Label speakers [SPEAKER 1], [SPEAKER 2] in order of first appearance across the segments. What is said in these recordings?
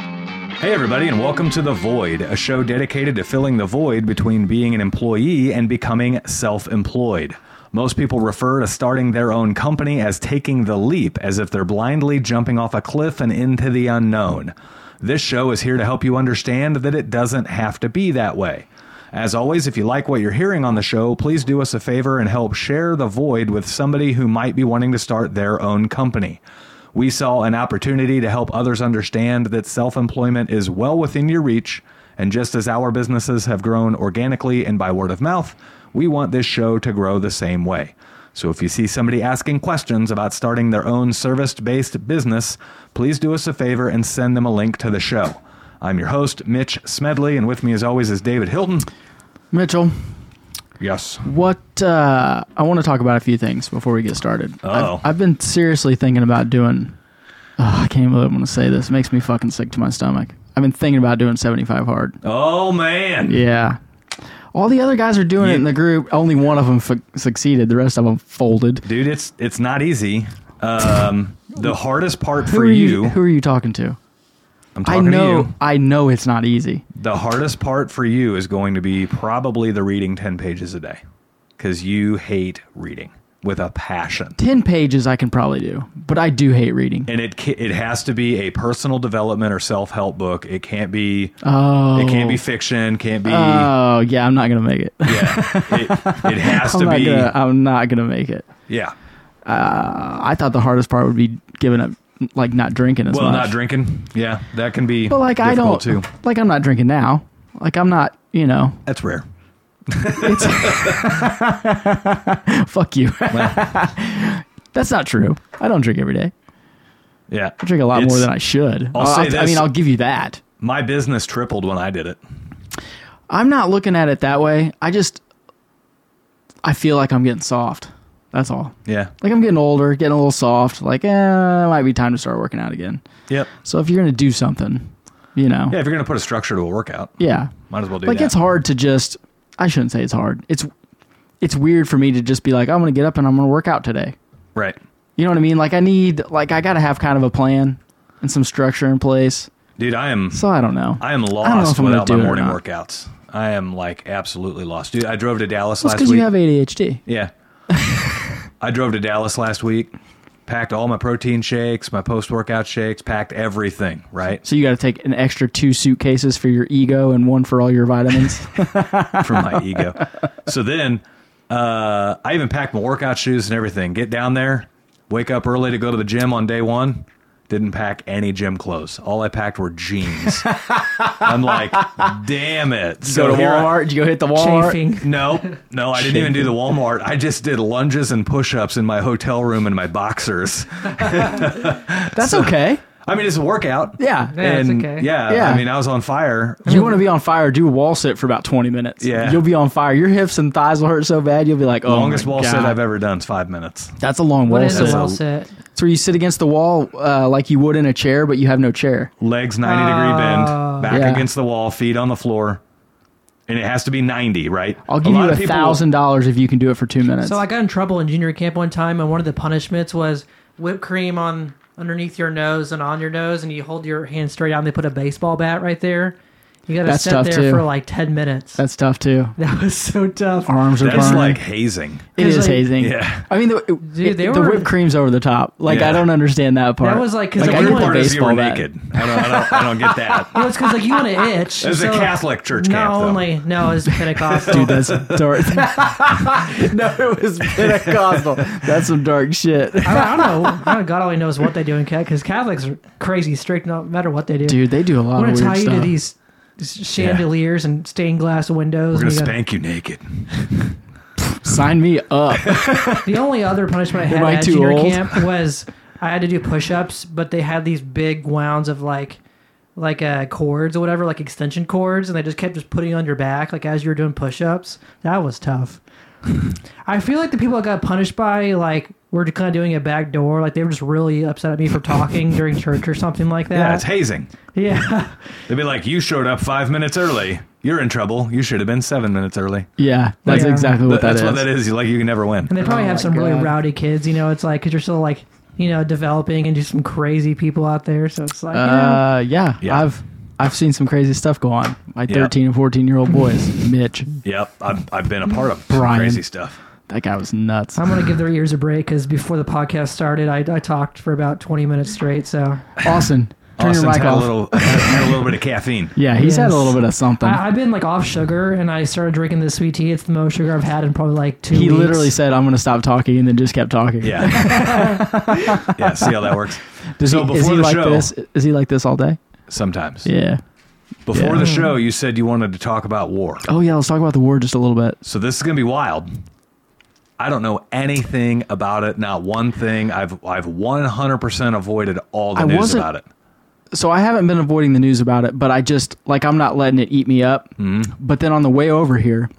[SPEAKER 1] Hey, everybody, and welcome to The Void, a show dedicated to filling the void between being an employee and becoming self employed. Most people refer to starting their own company as taking the leap, as if they're blindly jumping off a cliff and into the unknown. This show is here to help you understand that it doesn't have to be that way. As always, if you like what you're hearing on the show, please do us a favor and help share the void with somebody who might be wanting to start their own company. We saw an opportunity to help others understand that self employment is well within your reach. And just as our businesses have grown organically and by word of mouth, we want this show to grow the same way. So if you see somebody asking questions about starting their own service based business, please do us a favor and send them a link to the show. I'm your host, Mitch Smedley, and with me as always is David Hilton.
[SPEAKER 2] Mitchell,
[SPEAKER 1] Yes.
[SPEAKER 2] what uh, I want to talk about a few things before we get started.
[SPEAKER 1] Uh-oh.
[SPEAKER 2] I've, I've been seriously thinking about doing. Ugh, I can't believe I'm going to say this. It makes me fucking sick to my stomach. I've been thinking about doing 75 hard.
[SPEAKER 1] Oh, man.
[SPEAKER 2] Yeah. All the other guys are doing it in the group. Only one of them f- succeeded. The rest of them folded.
[SPEAKER 1] Dude, it's, it's not easy. Um, the hardest part for
[SPEAKER 2] who are
[SPEAKER 1] you,
[SPEAKER 2] Who are you talking to?
[SPEAKER 1] I'm
[SPEAKER 2] I
[SPEAKER 1] talking
[SPEAKER 2] know.
[SPEAKER 1] to you.
[SPEAKER 2] I know it's not easy.
[SPEAKER 1] The hardest part for you is going to be probably the reading 10 pages a day because you hate reading with a passion.
[SPEAKER 2] Ten pages I can probably do, but I do hate reading.
[SPEAKER 1] And it ca- it has to be a personal development or self help book. It can't be
[SPEAKER 2] Oh.
[SPEAKER 1] it can't be fiction. Can't be
[SPEAKER 2] Oh yeah, I'm not gonna make it.
[SPEAKER 1] yeah. It, it has
[SPEAKER 2] I'm
[SPEAKER 1] to
[SPEAKER 2] not
[SPEAKER 1] be
[SPEAKER 2] gonna. I'm not gonna make it.
[SPEAKER 1] yeah.
[SPEAKER 2] Uh, I thought the hardest part would be giving up, like not drinking as
[SPEAKER 1] Well,
[SPEAKER 2] much.
[SPEAKER 1] not drinking. Yeah, that can be.
[SPEAKER 2] But like I don't.
[SPEAKER 1] difficult too.
[SPEAKER 2] Like I'm not drinking now. Like I'm not. You know.
[SPEAKER 1] That's rare.
[SPEAKER 2] Fuck you. That's not true. I don't drink every day.
[SPEAKER 1] Yeah,
[SPEAKER 2] I drink a lot more than I should.
[SPEAKER 1] I'll say
[SPEAKER 2] I mean,
[SPEAKER 1] this.
[SPEAKER 2] I'll give you that.
[SPEAKER 1] My business tripled when I did it.
[SPEAKER 2] I'm not looking at it that way. I just. I feel like I'm getting soft. That's all.
[SPEAKER 1] Yeah.
[SPEAKER 2] Like I'm getting older, getting a little soft. Like, eh, it might be time to start working out again.
[SPEAKER 1] Yep.
[SPEAKER 2] So if you're gonna do something, you know,
[SPEAKER 1] Yeah, if you're gonna put a structure to a workout,
[SPEAKER 2] yeah.
[SPEAKER 1] might as well do
[SPEAKER 2] like
[SPEAKER 1] that.
[SPEAKER 2] it's hard to just i shouldn't say it's hard it's it's weird for me to just be like i'm gonna get up and i'm gonna work out today
[SPEAKER 1] Right.
[SPEAKER 2] you know what i mean like i need like i gotta have kind of a plan and some structure in place
[SPEAKER 1] Dude, I am
[SPEAKER 2] so i don't know
[SPEAKER 1] I am
[SPEAKER 2] don't know
[SPEAKER 1] lost
[SPEAKER 2] if I'm gonna
[SPEAKER 1] without my
[SPEAKER 2] do it or
[SPEAKER 1] morning
[SPEAKER 2] not.
[SPEAKER 1] workouts. I am like absolutely lost. Dude, I drove to Dallas
[SPEAKER 2] it's
[SPEAKER 1] last
[SPEAKER 2] because
[SPEAKER 1] week.
[SPEAKER 2] you have adhd
[SPEAKER 1] yeah. I drove to Dallas last week, packed all my protein shakes, my post workout shakes, packed everything, right?
[SPEAKER 2] so you gotta take an extra two suitcases for your ego and one for all your vitamins
[SPEAKER 1] From my ego. So then uh, I even packed my workout shoes and everything. Get down there, wake up early to go to the gym on day one. Didn't pack any gym clothes. All I packed were jeans. I'm like, damn it. So
[SPEAKER 2] go to
[SPEAKER 1] here I-
[SPEAKER 2] walmart you go hit the walmart
[SPEAKER 1] No, no, I didn't even do the Walmart. I just did lunges and push-ups in my hotel room in my boxers.
[SPEAKER 2] that's okay
[SPEAKER 1] I mean, it's a workout.
[SPEAKER 2] yeah,
[SPEAKER 3] Yeah, it's
[SPEAKER 1] and
[SPEAKER 3] okay.
[SPEAKER 1] yeah,
[SPEAKER 2] Yeah.
[SPEAKER 1] I mean, I was on fire.
[SPEAKER 2] If you want to be on fire, do a wall sit for about 20 minutes.
[SPEAKER 1] Yeah.
[SPEAKER 2] You'll be on fire. Your hips and thighs will hurt so bad, you'll be like, oh,
[SPEAKER 1] Longest
[SPEAKER 2] my
[SPEAKER 1] wall
[SPEAKER 2] God.
[SPEAKER 1] sit I've ever done is five minutes.
[SPEAKER 2] That's a long
[SPEAKER 3] What
[SPEAKER 2] wall
[SPEAKER 3] is
[SPEAKER 2] sit.
[SPEAKER 3] a
[SPEAKER 1] That's
[SPEAKER 3] wall
[SPEAKER 1] a-
[SPEAKER 3] set?
[SPEAKER 2] It's where you sit against the wall uh, like you would in a chair, but you have no chair.
[SPEAKER 1] Legs 90
[SPEAKER 3] Ah.
[SPEAKER 1] degree bend, back
[SPEAKER 2] Yeah.
[SPEAKER 1] against the wall, feet on the floor. And it has to be 90, right?
[SPEAKER 2] I'll give
[SPEAKER 1] lot
[SPEAKER 2] you
[SPEAKER 1] of
[SPEAKER 2] a
[SPEAKER 1] people-
[SPEAKER 2] thousand dollars if you can do it for two minutes.
[SPEAKER 3] So I got in trouble in junior camp one time, and one of the punishments was whipped cream on underneath your nose and on your nose, and you hold your hand straight out, and they put a baseball bat right there. You got to
[SPEAKER 2] That's
[SPEAKER 3] sit
[SPEAKER 2] tough,
[SPEAKER 3] there
[SPEAKER 2] too.
[SPEAKER 3] for like ten minutes.
[SPEAKER 2] That's tough too.
[SPEAKER 3] that was so tough.
[SPEAKER 2] Arms are
[SPEAKER 1] That's
[SPEAKER 2] burning.
[SPEAKER 1] like hazing.
[SPEAKER 2] it is
[SPEAKER 3] like-
[SPEAKER 2] hazing.
[SPEAKER 1] Yeah.
[SPEAKER 2] I mean, the, it-
[SPEAKER 3] Dude, they
[SPEAKER 2] the
[SPEAKER 3] were-
[SPEAKER 2] whipped cream's over the top. Like
[SPEAKER 1] Yeah.
[SPEAKER 2] I don't understand that part.
[SPEAKER 3] That was like- 'cause
[SPEAKER 2] like
[SPEAKER 3] the
[SPEAKER 2] I
[SPEAKER 1] Weird
[SPEAKER 2] get
[SPEAKER 3] weird
[SPEAKER 2] the
[SPEAKER 1] part is you
[SPEAKER 2] baseball
[SPEAKER 1] were
[SPEAKER 2] bat.
[SPEAKER 1] naked. I don't, I, don't, I don't get that.
[SPEAKER 3] Well, it's because like you want to itch.
[SPEAKER 1] It was a
[SPEAKER 3] so-
[SPEAKER 1] Catholic church
[SPEAKER 3] No,
[SPEAKER 1] camp, though.
[SPEAKER 3] only no, it's Pentecostal.
[SPEAKER 2] Dude, that's dark. no, it was Pentecostal. That's some dark shit.
[SPEAKER 3] I, I don't know. I don't- God only knows what they do in Cat because Catholics are crazy strict no matter what they do.
[SPEAKER 2] Dude, they do a lot
[SPEAKER 3] I'm
[SPEAKER 2] of
[SPEAKER 3] gonna
[SPEAKER 2] weird
[SPEAKER 3] tie you
[SPEAKER 2] stuff.
[SPEAKER 3] to these chandeliers and stained glass windows.
[SPEAKER 1] We're
[SPEAKER 3] and
[SPEAKER 1] going to
[SPEAKER 3] you gotta-
[SPEAKER 1] spank you naked.
[SPEAKER 2] Sign me up.
[SPEAKER 3] The only other punishment
[SPEAKER 2] Am
[SPEAKER 3] I had
[SPEAKER 2] I
[SPEAKER 3] at
[SPEAKER 2] too
[SPEAKER 3] junior
[SPEAKER 2] old?
[SPEAKER 3] camp was I had to do push-ups, but they had these big wounds of like like uh, cords or whatever, like extension cords, and they just kept just putting on your back like as you were doing push-ups. That was tough. I feel like the people I got punished by like were kind of doing a back door, like they were just really upset at me for talking during church or something like
[SPEAKER 1] Yeah, it's
[SPEAKER 3] that.
[SPEAKER 1] hazing.
[SPEAKER 3] Yeah,
[SPEAKER 1] They'd be like, you showed up five minutes early. You're in trouble. You should have been seven minutes early.
[SPEAKER 2] Yeah, that's
[SPEAKER 3] Yeah.
[SPEAKER 2] exactly what
[SPEAKER 1] that's what that is. You- Like you can never win.
[SPEAKER 3] and they probably
[SPEAKER 2] Oh
[SPEAKER 3] have
[SPEAKER 2] my
[SPEAKER 3] some really
[SPEAKER 2] God.
[SPEAKER 3] rowdy kids. You know, it's like because you're still like you know developing and just some crazy people out there. So it's like you know,
[SPEAKER 2] Uh, yeah,
[SPEAKER 1] Yeah.
[SPEAKER 2] I've I've seen some crazy stuff go on. Like
[SPEAKER 1] Yeah.
[SPEAKER 2] 13 and 14 year old boys. Mitch,
[SPEAKER 1] Yep, I've, I've been a part of some
[SPEAKER 2] Brian.
[SPEAKER 1] crazy stuff.
[SPEAKER 2] that guy was nuts.
[SPEAKER 3] I'm gonna give their ears a break because before the podcast started, I, I talked for about 20 minutes straight. So
[SPEAKER 2] Austin, turn
[SPEAKER 1] Austin's
[SPEAKER 2] your mic
[SPEAKER 1] had a
[SPEAKER 2] off.
[SPEAKER 1] little had a little bit of caffeine.
[SPEAKER 2] yeah, he's had
[SPEAKER 3] Yes.
[SPEAKER 2] a little bit of something.
[SPEAKER 3] I, I've been like off sugar, and I started drinking this sweet tea. It's the most sugar I've had in probably like two.
[SPEAKER 2] he
[SPEAKER 3] weeks.
[SPEAKER 2] literally said, "I'm going to stop talking," and then just kept talking.
[SPEAKER 1] Yeah, yeah. See how that works.
[SPEAKER 2] Does
[SPEAKER 1] So
[SPEAKER 2] he, is
[SPEAKER 1] before
[SPEAKER 2] he
[SPEAKER 1] the
[SPEAKER 2] like
[SPEAKER 1] show-
[SPEAKER 2] this? Is he like this all day?
[SPEAKER 1] Sometimes
[SPEAKER 2] Yeah.
[SPEAKER 1] before
[SPEAKER 2] Yeah.
[SPEAKER 1] the show, you said you wanted to talk about war.
[SPEAKER 2] Oh yeah, let's talk about the war just a little bit.
[SPEAKER 1] So this is gonna be wild. I don't know anything about it. Not one thing. I've I've one hundred percent avoided all the
[SPEAKER 2] I
[SPEAKER 1] news
[SPEAKER 2] wasn't-
[SPEAKER 1] about it.
[SPEAKER 2] So I haven't been avoiding the news about it, but I just like I'm not letting it eat me up.
[SPEAKER 1] Hmm. Mm-hmm.
[SPEAKER 2] But then on the way over here,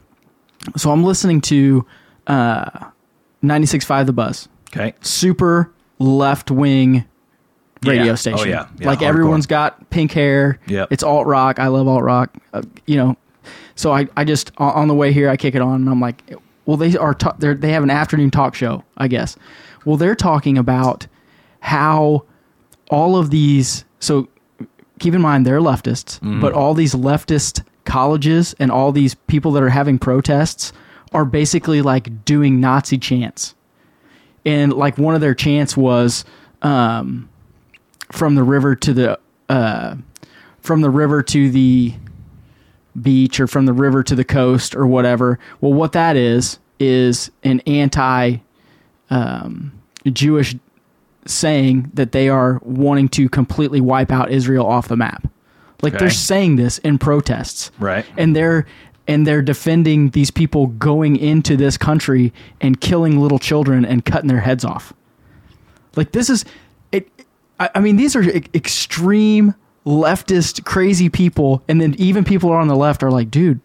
[SPEAKER 2] so I'm listening to uh 96.5 The Buzz,
[SPEAKER 1] Okay.
[SPEAKER 2] super left wing radio
[SPEAKER 1] Yeah.
[SPEAKER 2] station.
[SPEAKER 1] Oh yeah. Yeah,
[SPEAKER 2] like
[SPEAKER 1] hardcore.
[SPEAKER 2] everyone's got pink hair.
[SPEAKER 1] Yep.
[SPEAKER 2] It's alt rock. I love alt rock. Uh, you know, so I I just on on the way here I kick it on and I'm like, well they are ta- they're, they have an afternoon talk show I guess. Well they're talking about how all of these so keep in mind they're leftists, but all these leftist colleges and all these people that are having protests are basically like doing Nazi chants. And like one of their chants was um, from the river to the uh, from the river to the beach or from the river to the coast or whatever. Well, what that is is an anti um, Jewish saying that they are wanting to completely wipe out Israel off the map. Like
[SPEAKER 1] Okay.
[SPEAKER 2] they're saying this in protests
[SPEAKER 1] Right.
[SPEAKER 2] and they're and they're defending these people going into this country and killing little children and cutting their heads off. Like this is it. I, I mean, these are e- extreme leftist crazy people, and then even people on the left are like, dude,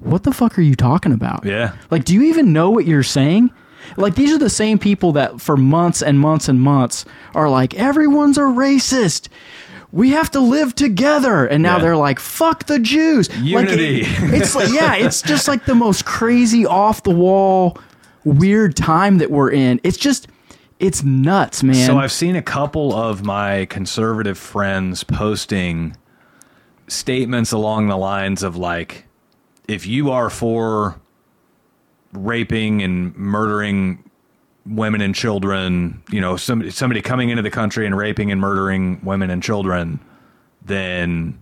[SPEAKER 2] what the fuck are you talking about?
[SPEAKER 1] Yeah.
[SPEAKER 2] Like, do you even know what you're saying? Like, these are the same people that for months and months and months are like, everyone's a racist. We have to live together. And now
[SPEAKER 1] Yeah.
[SPEAKER 2] they're like, fuck the Jews. Like, it-
[SPEAKER 1] Unity.
[SPEAKER 2] it's like, yeah, it's just like the most crazy, off the wall, weird time that we're in. It's just, it's nuts, man.
[SPEAKER 1] So I've seen a couple of my conservative friends posting statements along the lines of like, if you are for raping and murdering women and children, you know, some, somebody coming into the country and raping and murdering women and children, then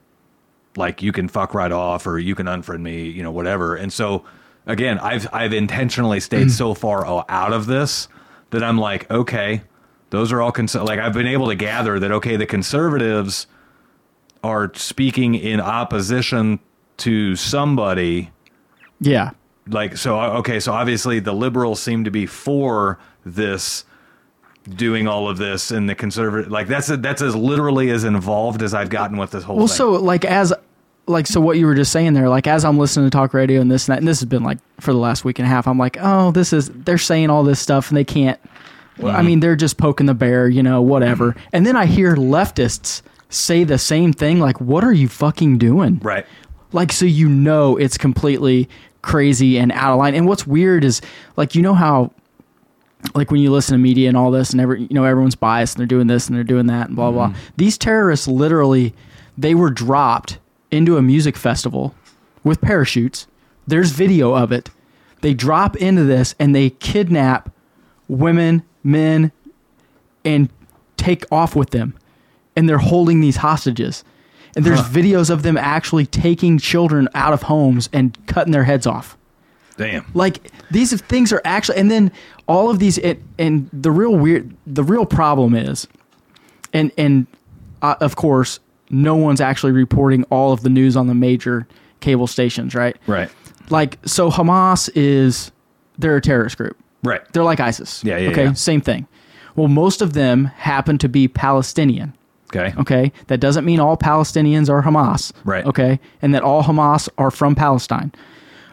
[SPEAKER 1] like you can fuck right off or you can unfriend me, you know, whatever. And so again, I've I've intentionally
[SPEAKER 2] Mm.
[SPEAKER 1] stayed so far o- out of this that I'm like, okay, those are all cons- like I've been able to gather that okay, the conservatives are speaking in opposition to somebody
[SPEAKER 2] yeah.
[SPEAKER 1] like so uh, okay so obviously the liberals seem to be for this doing all of this and the conservative like that's that's as literally as involved as i've gotten with this whole
[SPEAKER 2] Well,
[SPEAKER 1] thing
[SPEAKER 2] so like as like so what you were just saying there, like as I'm listening to talk radio and this and that, and this has been like for the last week and a half, I'm like, oh, this is they're saying all this stuff and they can't. I
[SPEAKER 1] Mm-hmm.
[SPEAKER 2] mean, they're just poking the bear, you know, whatever. And then I hear leftists say the same thing, like, what are you fucking doing?
[SPEAKER 1] right
[SPEAKER 2] like so you know it's completely crazy and out of line and what's weird is like you know how like when you listen to media and all this and every you know everyone's biased and they're doing this and they're doing that and blah blah blah these terrorists literally they were dropped into a music festival with parachutes there's video of it they drop into this and they kidnap women men and take off with them and they're holding these hostages and there's videos of them actually taking children out of homes and cutting their heads off
[SPEAKER 1] damn
[SPEAKER 2] like these things are actually and then all of these it, and the real weird the real problem is and and uh, of course no one's actually reporting all of the news on the major cable stations right
[SPEAKER 1] right
[SPEAKER 2] like so hamas is they're a terrorist group
[SPEAKER 1] right
[SPEAKER 2] they're like isis
[SPEAKER 1] Yeah, yeah,
[SPEAKER 2] okay
[SPEAKER 1] yeah.
[SPEAKER 2] same thing well most of them happen to be palestinian
[SPEAKER 1] okay
[SPEAKER 2] okay? That doesn't mean all Palestinians are Hamas,
[SPEAKER 1] Right.
[SPEAKER 2] Okay, and that all Hamas are from Palestine,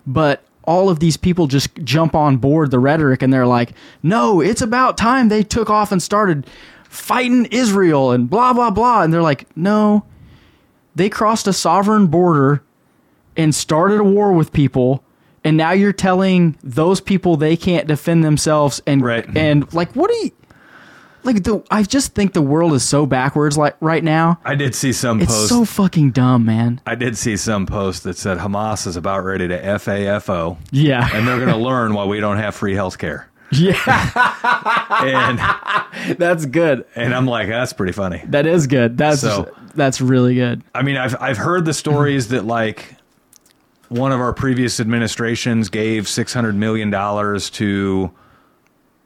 [SPEAKER 2] but all of these people just jump on board the rhetoric and they're like, "No, it's about time they took off and started fighting Israel and blah blah blah," and they're like, "No, they crossed a sovereign border and started a war with people." And now you're telling those people they can't defend themselves and
[SPEAKER 1] Right.
[SPEAKER 2] and like what do you like the I just think the world is so backwards like right now.
[SPEAKER 1] I did see some
[SPEAKER 2] It's
[SPEAKER 1] post.
[SPEAKER 2] so fucking dumb, man.
[SPEAKER 1] I did see some post that said Hamas is about ready to FAFO,
[SPEAKER 2] Yeah.
[SPEAKER 1] and they're going to learn why we don't have free healthcare.
[SPEAKER 2] yeah.
[SPEAKER 1] And
[SPEAKER 2] That's good.
[SPEAKER 1] and I'm like, that's pretty funny.
[SPEAKER 2] That is good. That's
[SPEAKER 1] So-
[SPEAKER 2] that's really good.
[SPEAKER 1] I mean, I've I've heard the stories that like one of our previous administrations gave six hundred million dollars to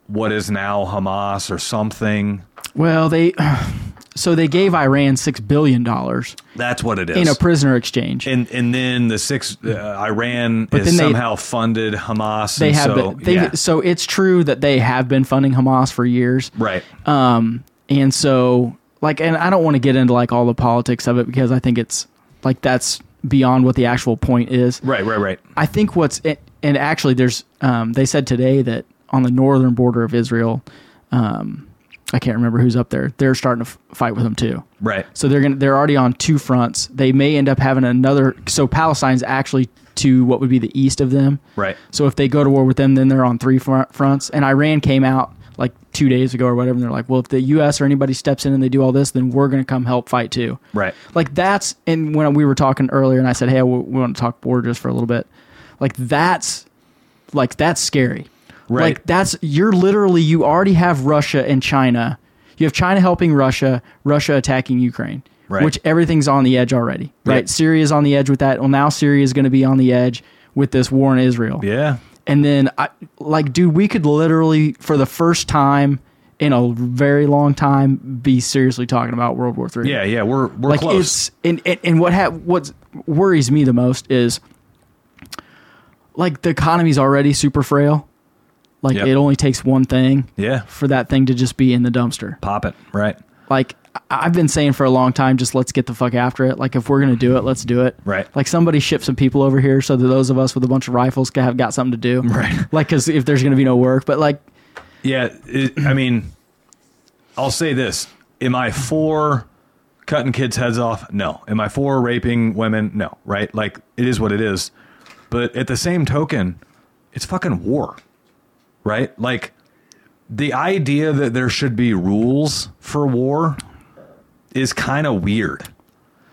[SPEAKER 1] what is now Hamas or something.
[SPEAKER 2] Well, they so they gave Iran 6 billion dollars
[SPEAKER 1] That's what it is.
[SPEAKER 2] in a prisoner exchange.
[SPEAKER 1] and and then the six uh, Iran
[SPEAKER 2] then
[SPEAKER 1] is
[SPEAKER 2] they-
[SPEAKER 1] somehow funded Hamas.
[SPEAKER 2] they
[SPEAKER 1] and
[SPEAKER 2] have
[SPEAKER 1] so,
[SPEAKER 2] been, they
[SPEAKER 1] yeah.
[SPEAKER 2] so it's true that they have been funding Hamas for years.
[SPEAKER 1] right.
[SPEAKER 2] Um, and so like, and I don't want to get into like all the politics of it because I think it's like that's beyond what the actual point is.
[SPEAKER 1] Right, right, right.
[SPEAKER 2] I think what's and actually there's um, they said today that on the northern border of Israel, um, I can't remember who's up there. They're starting to f- fight with them too.
[SPEAKER 1] Right.
[SPEAKER 2] So they're gonna they're already on two fronts. They may end up having another. So Palestine's actually to what would be the east of them.
[SPEAKER 1] Right.
[SPEAKER 2] So if they go to war with them, then they're on three front, fronts. And Iran came out like two days ago or whatever, and they're like, well, if the U.S. or anybody steps in and they do all this, then we're going to come help fight too.
[SPEAKER 1] Right.
[SPEAKER 2] Like that's and when we were talking earlier, and I said, hey, we, we want to talk war just for a little bit. Like that's like that's scary.
[SPEAKER 1] Right.
[SPEAKER 2] Like that's you're literally you already have Russia and China. You have China helping Russia, Russia attacking Ukraine.
[SPEAKER 1] Right.
[SPEAKER 2] Which everything's on the edge already. Right.
[SPEAKER 1] Yep.
[SPEAKER 2] Syria's on the edge with that. Well now Syria is going to be on the edge with this war in Israel.
[SPEAKER 1] Yeah.
[SPEAKER 2] And then I like dude, we could literally for the first time in a very long time be seriously talking about World War 3
[SPEAKER 1] Yeah. Yeah. We're we're
[SPEAKER 2] like
[SPEAKER 1] close.
[SPEAKER 2] it's and and, and what ha- what worries me the most is like the economy's already super frail like
[SPEAKER 1] Yep.
[SPEAKER 2] it only takes one thing
[SPEAKER 1] yeah.
[SPEAKER 2] for that thing to just be in the dumpster
[SPEAKER 1] Pop it. Right.
[SPEAKER 2] like I- i've been saying for a long time just let's get the fuck after it like if we're gonna do it let's do it
[SPEAKER 1] Right.
[SPEAKER 2] like somebody ship some people over here so that those of us with a bunch of rifles can have got something to do
[SPEAKER 1] Right.
[SPEAKER 2] like because if there's gonna be no work but like
[SPEAKER 1] Yeah, it, I mean, I'll say this: Am I for cutting kids' heads off? No. Am I for raping women? No. Right? Like it is what it is. But at the same token, it's fucking war, right? Like the idea that there should be rules for war is kind of weird.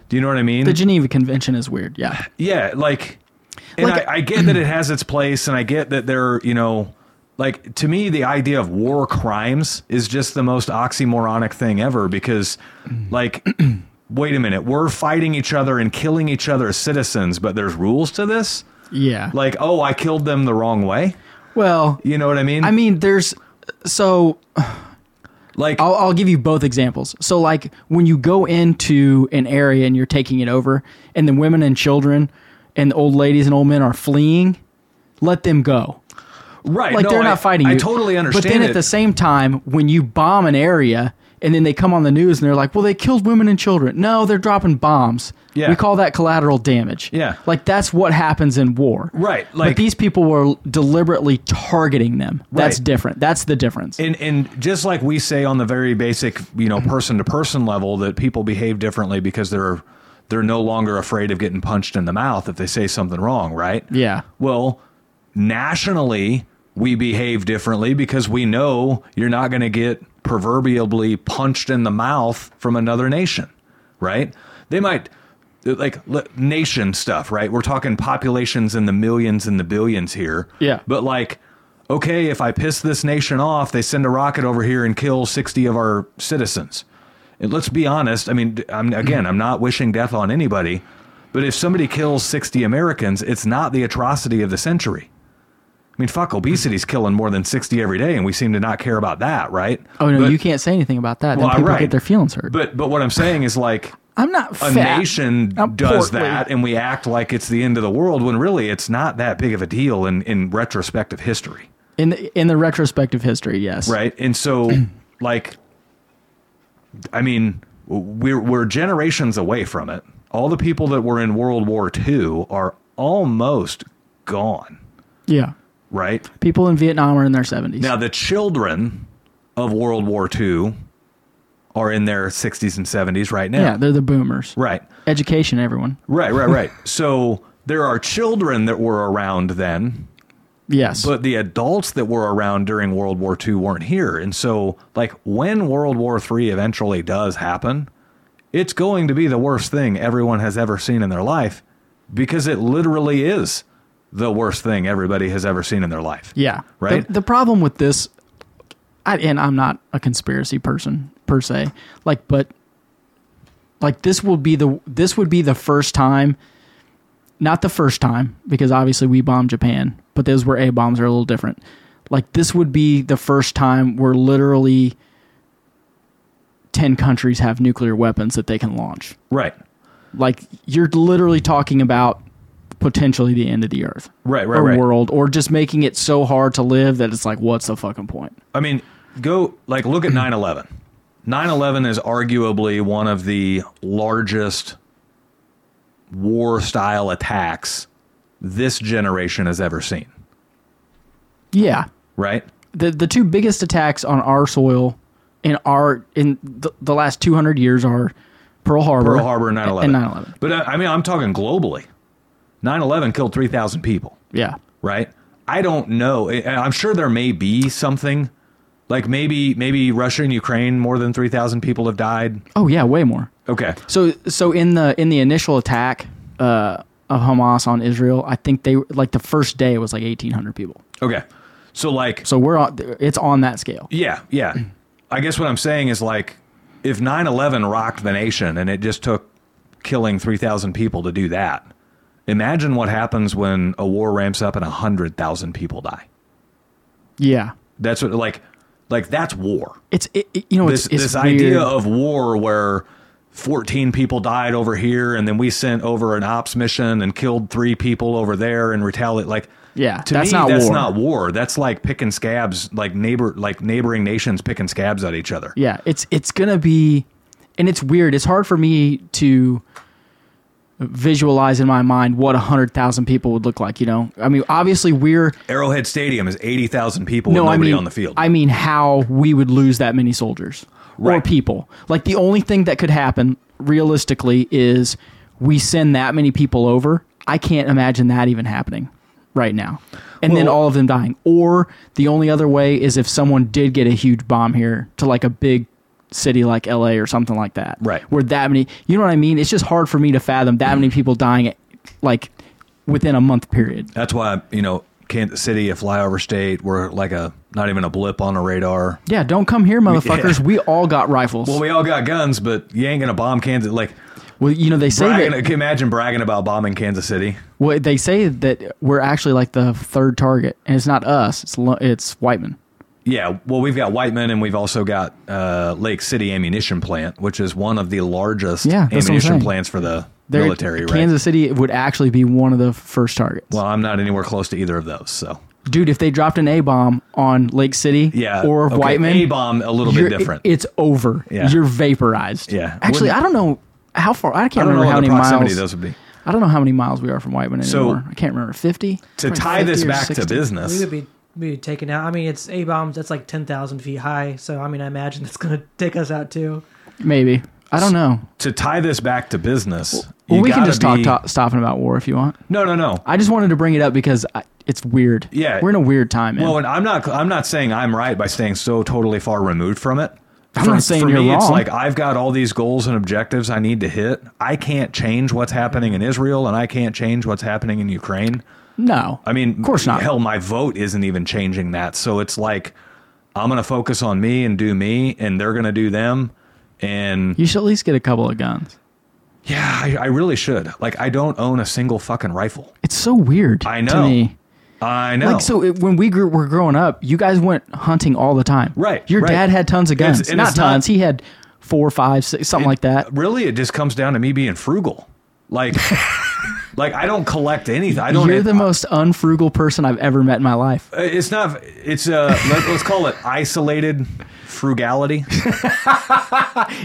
[SPEAKER 1] Do you know what I mean?
[SPEAKER 2] the geneva convention is weird yeah
[SPEAKER 1] yeah, like, and
[SPEAKER 2] Like-
[SPEAKER 1] I, I get that it has its place, and I get that there, you know, like to me, the idea of war crimes is just the most oxymoronic thing ever because, like, wait a minute, we're fighting each other and killing each other as citizens, but there's rules to this.
[SPEAKER 2] yeah
[SPEAKER 1] Like, oh, I killed them the wrong way.
[SPEAKER 2] well
[SPEAKER 1] You know what I mean?
[SPEAKER 2] i mean there's so
[SPEAKER 1] like,
[SPEAKER 2] I'll, I'll give you both examples. So, like when you go into an area and you're taking it over, and the women and children and the old ladies and old men are fleeing, let them go.
[SPEAKER 1] right?
[SPEAKER 2] Like
[SPEAKER 1] no,
[SPEAKER 2] they're not
[SPEAKER 1] I-
[SPEAKER 2] fighting
[SPEAKER 1] I
[SPEAKER 2] you.
[SPEAKER 1] totally understand.
[SPEAKER 2] But then
[SPEAKER 1] it.
[SPEAKER 2] at the same time, when you bomb an area and then they come on the news and they're like, "Well, they killed women and children." No, they're dropping bombs.
[SPEAKER 1] Yeah.
[SPEAKER 2] We call that collateral damage.
[SPEAKER 1] Yeah.
[SPEAKER 2] Like that's what happens in war.
[SPEAKER 1] Right,
[SPEAKER 2] but
[SPEAKER 1] like-
[SPEAKER 2] these people were deliberately targeting them. That's
[SPEAKER 1] Right.
[SPEAKER 2] different. That's the difference.
[SPEAKER 1] and and just like we say on the very basic you know person to person level that people behave differently because they're they're no longer afraid of getting punched in the mouth if they say something wrong right
[SPEAKER 2] yeah.
[SPEAKER 1] well nationally we behave differently because we know you're not going to get proverbially punched in the mouth from another nation right they might like l- nation stuff right we're talking populations in the millions and the billions here
[SPEAKER 2] Yeah.
[SPEAKER 1] but like okay if i piss this nation off they send a rocket over here and kill 60 of our citizens and let's be honest i mean d- i'm again i'm not wishing death on anybody but if somebody kills 60 americans it's not the atrocity of the century i mean fuck obesity's killing more than 60 every day and we seem to not care about that right
[SPEAKER 2] Oh no,
[SPEAKER 1] But-
[SPEAKER 2] you can't say anything about that.
[SPEAKER 1] Well,
[SPEAKER 2] then people
[SPEAKER 1] right.
[SPEAKER 2] get their feelings hurt.
[SPEAKER 1] but but what i'm saying is like
[SPEAKER 2] I'm not
[SPEAKER 1] a
[SPEAKER 2] fat.
[SPEAKER 1] nation
[SPEAKER 2] I'm
[SPEAKER 1] does
[SPEAKER 2] portly.
[SPEAKER 1] that and we act like it's the end of the world when really it's not that big of a deal in, in retrospective history
[SPEAKER 2] in the, in the retrospective history. Yes,
[SPEAKER 1] right and so like i mean we're we're generations away from it all the people that were in world war ii are almost gone
[SPEAKER 2] Yeah,
[SPEAKER 1] right
[SPEAKER 2] people in Vietnam are in their seventies.
[SPEAKER 1] now the children of world war ii are in their 60s and 70s right now
[SPEAKER 2] yeah, they're the boomers.
[SPEAKER 1] right
[SPEAKER 2] Education, everyone.
[SPEAKER 1] Right, right, right. so there are children that were around then
[SPEAKER 2] Yes.
[SPEAKER 1] but the adults that were around during World War II weren't here. And so, like, when World War III eventually does happen, it's going to be the worst thing everyone has ever seen in their life because it literally is the worst thing everybody has ever seen in their life.
[SPEAKER 2] Yeah.
[SPEAKER 1] Right?
[SPEAKER 2] The, the problem with this, I, and I'm not a conspiracy person per se, like, but like this will be the this would be the first time, not the first time because obviously we bombed Japan, but those were a bombs are a little different. Like this would be the first time where literally ten countries have nuclear weapons that they can launch.
[SPEAKER 1] Right.
[SPEAKER 2] Like you're literally talking about potentially the end of the earth
[SPEAKER 1] Right, right,
[SPEAKER 2] or
[SPEAKER 1] right.
[SPEAKER 2] world or just making it so hard to live that it's like what's the fucking point
[SPEAKER 1] I mean, go like look at 9/11. 9/11 is arguably one of the largest war style attacks this generation has ever seen,
[SPEAKER 2] yeah
[SPEAKER 1] right?
[SPEAKER 2] the the two biggest attacks on our soil in our in the, the last 200 years are pearl harbor
[SPEAKER 1] Pearl Harbor and 9/11.
[SPEAKER 2] and 9/11.
[SPEAKER 1] But uh, I mean, I'm talking globally. 9/11 killed 3,000 people,
[SPEAKER 2] yeah
[SPEAKER 1] right? I don't know. I- I'm sure there may be something like maybe maybe Russia and Ukraine more than 3,000 people have died.
[SPEAKER 2] oh yeah way more
[SPEAKER 1] Okay.
[SPEAKER 2] so so in the in the initial attack uh of hamas on israel i think they like the first day was like 1800 people
[SPEAKER 1] Okay. So like
[SPEAKER 2] so we're on it's on that scale
[SPEAKER 1] yeah, yeah. I guess what I'm saying is like if 9/11 rocked the nation and it just took killing 3,000 people to do that. Imagine what happens when a war ramps up and 100,000 people die.
[SPEAKER 2] yeah
[SPEAKER 1] That's what like like that's war.
[SPEAKER 2] it's it, it- you know
[SPEAKER 1] this
[SPEAKER 2] it's, it's
[SPEAKER 1] this
[SPEAKER 2] weird.
[SPEAKER 1] idea of war where 14 people died over here and then we sent over an ops mission and killed three people over there and retaliate like
[SPEAKER 2] Yeah,
[SPEAKER 1] to
[SPEAKER 2] that's
[SPEAKER 1] me
[SPEAKER 2] not
[SPEAKER 1] that's
[SPEAKER 2] war.
[SPEAKER 1] not war that's like picking scabs like neighbor like neighboring nations picking scabs at each other
[SPEAKER 2] Yeah, it's it's gonna be, and it's weird. It's hard for me to visualize in my mind what hundred thousand people would look like. You know, I mean, obviously we're
[SPEAKER 1] Arrowhead Stadium is 80,000 people
[SPEAKER 2] no,
[SPEAKER 1] with
[SPEAKER 2] I
[SPEAKER 1] nobody
[SPEAKER 2] mean
[SPEAKER 1] on the field
[SPEAKER 2] I mean how we would lose that many soldiers or
[SPEAKER 1] Right.
[SPEAKER 2] people. Like the only thing that could happen realistically is we send that many people over. I can't imagine that even happening right now. And then
[SPEAKER 1] Well-
[SPEAKER 2] all of them dying. Or the only other way is if someone did get a huge bomb here to like a big city like LA or something like that.
[SPEAKER 1] Right.
[SPEAKER 2] Where that many, you know what I mean? It's just hard for me to fathom that many people dying like within a month period.
[SPEAKER 1] that's why you know Kansas City a flyover state we're like a not even a blip on the radar
[SPEAKER 2] Yeah, don't come here, motherfuckers. We all got rifles.
[SPEAKER 1] well we all got guns but you ain't gonna bomb Kansas like
[SPEAKER 2] Well, you know they say
[SPEAKER 1] bragging,
[SPEAKER 2] that.
[SPEAKER 1] can you imagine bragging about bombing Kansas City
[SPEAKER 2] Well, they say that we're actually like the third target, and it's not us. It's Lo- it's Whiteman.
[SPEAKER 1] Yeah, well, we've got Whiteman, and we've also got uh, Lake City Ammunition Plant, which is one of the largest
[SPEAKER 2] Yeah, that's what I'm
[SPEAKER 1] ammunition
[SPEAKER 2] saying.
[SPEAKER 1] plants for the
[SPEAKER 2] They're-
[SPEAKER 1] military. Right?
[SPEAKER 2] Kansas City would actually be one of the first targets.
[SPEAKER 1] Well, I'm not anywhere close to either of those. So,
[SPEAKER 2] Dude, if they dropped an A bomb on Lake City
[SPEAKER 1] yeah,
[SPEAKER 2] or
[SPEAKER 1] okay,
[SPEAKER 2] Whiteman,
[SPEAKER 1] A bomb a little
[SPEAKER 2] you're-
[SPEAKER 1] bit different.
[SPEAKER 2] it- it's over.
[SPEAKER 1] Yeah.
[SPEAKER 2] You're vaporized.
[SPEAKER 1] Yeah.
[SPEAKER 2] Actually,
[SPEAKER 1] Wouldn't-
[SPEAKER 2] I don't know how far. I
[SPEAKER 1] I
[SPEAKER 2] can't
[SPEAKER 1] don't know
[SPEAKER 2] remember how
[SPEAKER 1] what the
[SPEAKER 2] many
[SPEAKER 1] proximity
[SPEAKER 2] miles.
[SPEAKER 1] those would be.
[SPEAKER 2] I don't know how many miles we are from Whiteman
[SPEAKER 1] So,
[SPEAKER 2] anymore. I can't remember. Fifty.
[SPEAKER 1] To tie this back to
[SPEAKER 3] We
[SPEAKER 1] business,
[SPEAKER 3] would be we would be taken out. I mean, it's a bombs. That's like ten thousand feet high. So I mean, I imagine that's gonna take us out too.
[SPEAKER 2] maybe. I don't know.
[SPEAKER 1] to tie this back to business,
[SPEAKER 2] Well,
[SPEAKER 1] you
[SPEAKER 2] we can
[SPEAKER 1] gotta
[SPEAKER 2] just talk
[SPEAKER 1] be-
[SPEAKER 2] to- stopping about war if you want.
[SPEAKER 1] No, no, no.
[SPEAKER 2] I just wanted to bring it up because I, it's weird.
[SPEAKER 1] Yeah.
[SPEAKER 2] we're in a weird time. Man.
[SPEAKER 1] Well, and I'm not. I'm not saying I'm right by staying so totally far removed from it.
[SPEAKER 2] I'm
[SPEAKER 1] for,
[SPEAKER 2] not saying
[SPEAKER 1] for
[SPEAKER 2] you're
[SPEAKER 1] me, It's
[SPEAKER 2] wrong.
[SPEAKER 1] like I've got all these goals and objectives I need to hit. I can't change what's happening in Israel, and I can't change what's happening in Ukraine.
[SPEAKER 2] no,
[SPEAKER 1] I mean,
[SPEAKER 2] of course not.
[SPEAKER 1] Hell, my vote isn't even changing that. So it's like I'm going to focus on me and do me, and they're going to do them. And
[SPEAKER 2] You should at least get a couple of guns.
[SPEAKER 1] yeah, I, I really should. Like, I don't own a single fucking rifle.
[SPEAKER 2] It's so weird.
[SPEAKER 1] I
[SPEAKER 2] To
[SPEAKER 1] know.
[SPEAKER 2] me.
[SPEAKER 1] I know.
[SPEAKER 2] Like so, it, when we grew, were growing up, you guys went hunting all the time,
[SPEAKER 1] Right,
[SPEAKER 2] Your
[SPEAKER 1] right.
[SPEAKER 2] dad had tons of
[SPEAKER 1] It's-
[SPEAKER 2] guns,
[SPEAKER 1] and
[SPEAKER 2] not
[SPEAKER 1] it's not-
[SPEAKER 2] tons. he had four, five, six, something like that.
[SPEAKER 1] really it just comes down to me being frugal like like i don't collect anything i don't uh,
[SPEAKER 2] You're the most unfrugal person I've ever met in my life.
[SPEAKER 1] it's not it's uh let, let's call it isolated frugality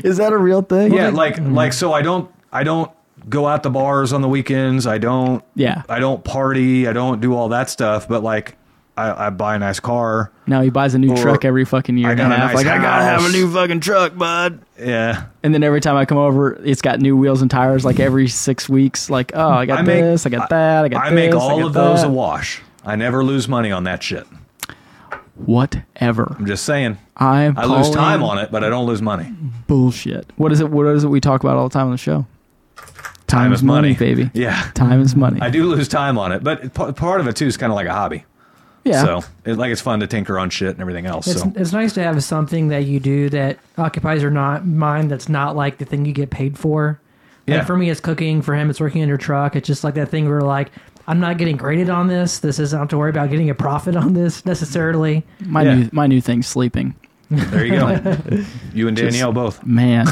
[SPEAKER 2] Is that a real thing?
[SPEAKER 1] yeah like
[SPEAKER 2] mm-hmm.
[SPEAKER 1] like so i don't i don't go out to bars on the weekends i don't
[SPEAKER 2] Yeah.
[SPEAKER 1] i don't party i don't do all that stuff but like i, I buy a nice car
[SPEAKER 2] Now he buys a new
[SPEAKER 1] Or,
[SPEAKER 2] truck every fucking year
[SPEAKER 1] I
[SPEAKER 2] and
[SPEAKER 1] got
[SPEAKER 2] a
[SPEAKER 1] a
[SPEAKER 2] half.
[SPEAKER 1] nice
[SPEAKER 2] like I gotta have a
[SPEAKER 1] house."
[SPEAKER 2] new fucking truck, bud.
[SPEAKER 1] yeah
[SPEAKER 2] And then every time I come over, it's got new wheels and tires. Like every six weeks, like oh, I got
[SPEAKER 1] I make-
[SPEAKER 2] this, I got that, I got.
[SPEAKER 1] i
[SPEAKER 2] this,
[SPEAKER 1] make all
[SPEAKER 2] got
[SPEAKER 1] of those
[SPEAKER 2] that.
[SPEAKER 1] a wash I never lose money on that shit.
[SPEAKER 2] Whatever.
[SPEAKER 1] I'm just saying.
[SPEAKER 2] I'm
[SPEAKER 1] I lose
[SPEAKER 2] calling
[SPEAKER 1] time on it, but I don't lose money.
[SPEAKER 2] bullshit. What is it? What is it we talk about all the time on the show?
[SPEAKER 1] Time is money,
[SPEAKER 2] baby.
[SPEAKER 1] Yeah.
[SPEAKER 2] Time is money.
[SPEAKER 1] I do lose time on it, but p- part of it too is kind of like a hobby.
[SPEAKER 2] yeah.
[SPEAKER 1] So, it, like, it's fun to tinker on shit and everything else.
[SPEAKER 3] It's,
[SPEAKER 1] so,
[SPEAKER 3] it's nice to have something that you do that occupies your not mind that's not like the thing you get paid for. Like
[SPEAKER 1] Yeah.
[SPEAKER 3] for me, it's cooking. For him, it's working on your truck. It's just like that thing where like I'm not getting graded on this. This is I don't have to worry about getting a profit on this necessarily.
[SPEAKER 2] My
[SPEAKER 1] Yeah.
[SPEAKER 2] new my new thing's sleeping.
[SPEAKER 1] there you go. you and Danielle both.
[SPEAKER 2] Man,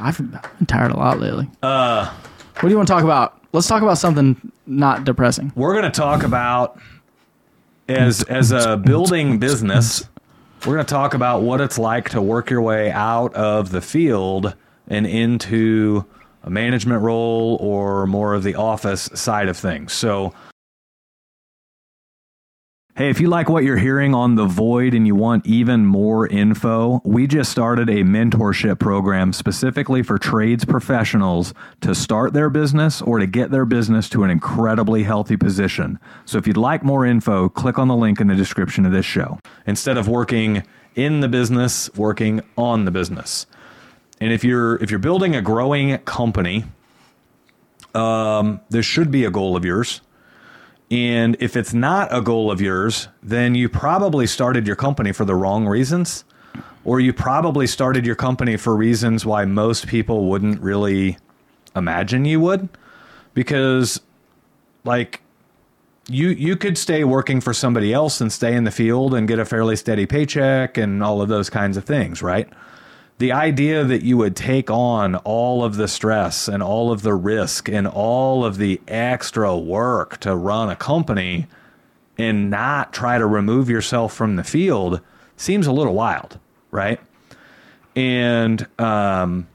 [SPEAKER 2] I've been tired a lot lately. Uh, what do you want to talk about? Let's talk about something not depressing.
[SPEAKER 1] We're going to talk about as as a building business. We're going to talk about what it's like to work your way out of the field and into a management role or more of the office side of things. So, Hey, if you like what you're hearing on The Void and you want even more info, we just started a mentorship program specifically for trades professionals to start their business or to get their business to an incredibly healthy position. So if you'd like more info, click on the link in the description of this show. Instead of working in the business, working on the business. And if you're if you're building a growing company, um, this should be a goal of yours. And if it's not a goal of yours, then you probably started your company for the wrong reasons, or you probably started your company for reasons why most people wouldn't really imagine you would. Because, like, you you could stay working for somebody else and stay in the field and get a fairly steady paycheck and all of those kinds of things, right? the idea that you would take on all of the stress and all of the risk and all of the extra work to run a company and not try to remove yourself from the field seems a little wild, right? And um,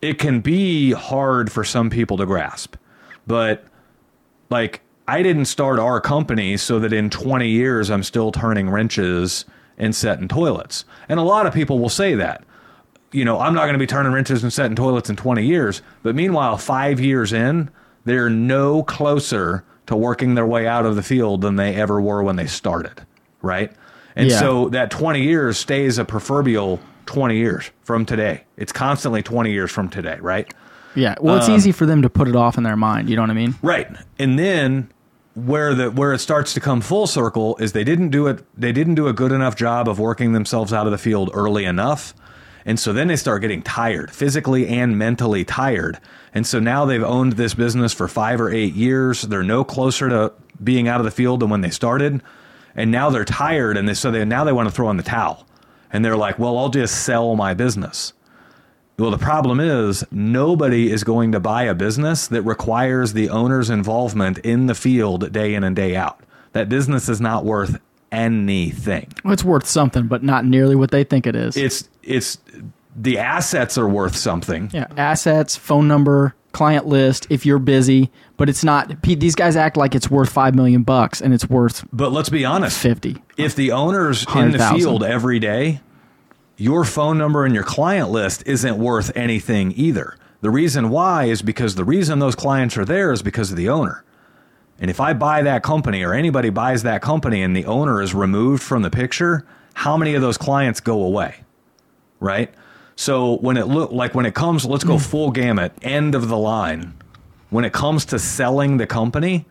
[SPEAKER 1] it can be hard for some people to grasp, but like I didn't start our company so that in 20 years I'm still turning wrenches and setting toilets. And a lot of people will say that you know, I'm not going to be turning wrenches and setting toilets in 20 years. But meanwhile, five years in, they're no closer to working their way out of the field than they ever were when they started, right? And
[SPEAKER 2] Yeah.
[SPEAKER 1] so that 20 years stays a proverbial 20 years from today. It's constantly 20 years from today, right?
[SPEAKER 2] Yeah. Well,
[SPEAKER 1] Um,
[SPEAKER 2] it's easy for them to put it off in their mind. You know what I mean?
[SPEAKER 1] Right. And then where the where it starts to come full circle is they didn't do it they didn't do a good enough job of working themselves out of the field early enough. And so then they start getting tired, physically and mentally tired. And so now they've owned this business for 5 or 8 years. They're no closer to being out of the field than when they started. And now they're tired and they, so they now they want to throw in the towel. And they're like, "Well, I'll just sell my business." Well, the problem is nobody is going to buy a business that requires the owner's involvement in the field day in and day out. That business is not worth anything.
[SPEAKER 2] Well, it's worth something, but not nearly what they think it is.
[SPEAKER 1] It's it's the assets are worth something.
[SPEAKER 2] yeah. Assets, phone number, client list. If you're busy, but it's not. Pete, these guys act like it's worth five million bucks, and it's worth
[SPEAKER 1] But let's be honest,
[SPEAKER 2] fifty.
[SPEAKER 1] if the owner's in the
[SPEAKER 2] 100,000.
[SPEAKER 1] field every day, your phone number and your client list isn't worth anything either. The reason why is because the reason those clients are there is because of the owner. And if I buy that company or anybody buys that company and the owner is removed from the picture, how many of those clients go away? Right? So when it look like when it comes, let's go full gamut, end of the line. When it comes to selling the company,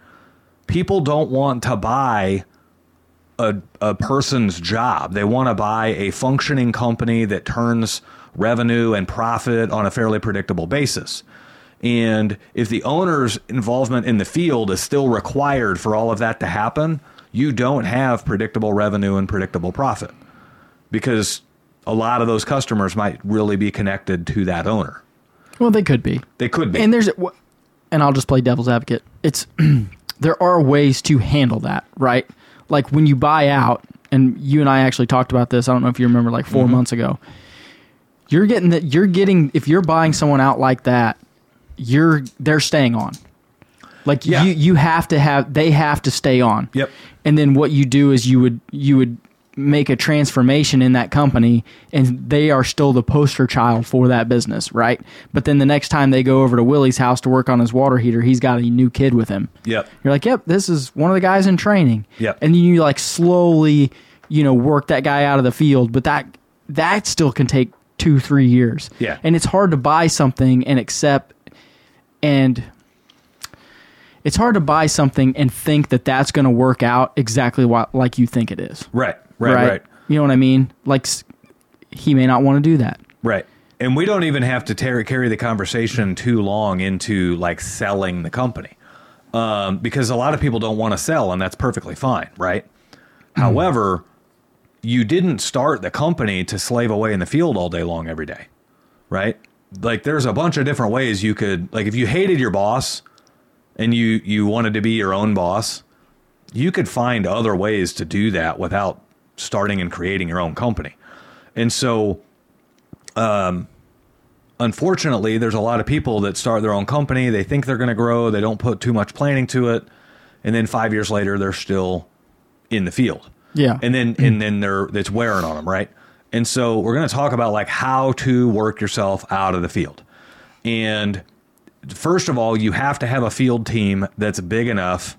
[SPEAKER 1] people don't want to buy a, a person's job. They want to buy a functioning company that turns revenue and profit on a fairly predictable basis. And if the owner's involvement in the field is still required for all of that to happen, you don't have predictable revenue and predictable profit because a lot of those customers might really be connected to that owner.
[SPEAKER 2] Well, they could be.
[SPEAKER 1] They could be.
[SPEAKER 2] and there's wh- and I'll just play devil's advocate. It's there are ways to handle that, right? Like when you buy out, and you and I actually talked about this. I don't know if you remember, like
[SPEAKER 1] Mm-hmm.
[SPEAKER 2] 4 months ago. You're getting that. You're getting if you're buying someone out like that, you're they're staying on. Like
[SPEAKER 1] Yeah.
[SPEAKER 2] you, you have to have they have to stay on.
[SPEAKER 1] Yep.
[SPEAKER 2] And then what you do is you would you would make a transformation in that company and they are still the poster child for that business, right? But then the next time they go over to Willie's house to work on his water heater, he's got a new kid with him.
[SPEAKER 1] Yep.
[SPEAKER 2] You're like, yep, this is one of the guys in training.
[SPEAKER 1] Yep.
[SPEAKER 2] And then you like slowly, you know, work that guy out of the field, but that that still can take two, three years.
[SPEAKER 1] Yeah.
[SPEAKER 2] And it's hard to buy something and accept and it's hard to buy something and think that that's going to work out exactly what, like you think it is.
[SPEAKER 1] Right. Right. Right. Right.
[SPEAKER 2] You know what I mean? Like s- he may not want to do that.
[SPEAKER 1] And we don't even have to tar- carry the conversation too long into like selling the company. Um, because a lot of people don't want to sell, and that's perfectly fine, right? However, you didn't start the company to slave away in the field all day long every day, right? Like there's a bunch of different ways you could like if you hated your boss and you you wanted to be your own boss, you could find other ways to do that without starting and creating your own company. And so um unfortunately, there's a lot of people that start their own company, they think they're going to grow, they don't put too much planning to it, and then 5 years later they're still in the field
[SPEAKER 2] Yeah.
[SPEAKER 1] and then and then they're it's wearing on them right and so we're going to talk about like how to work yourself out of the field and first of all you have to have a field team that's big enough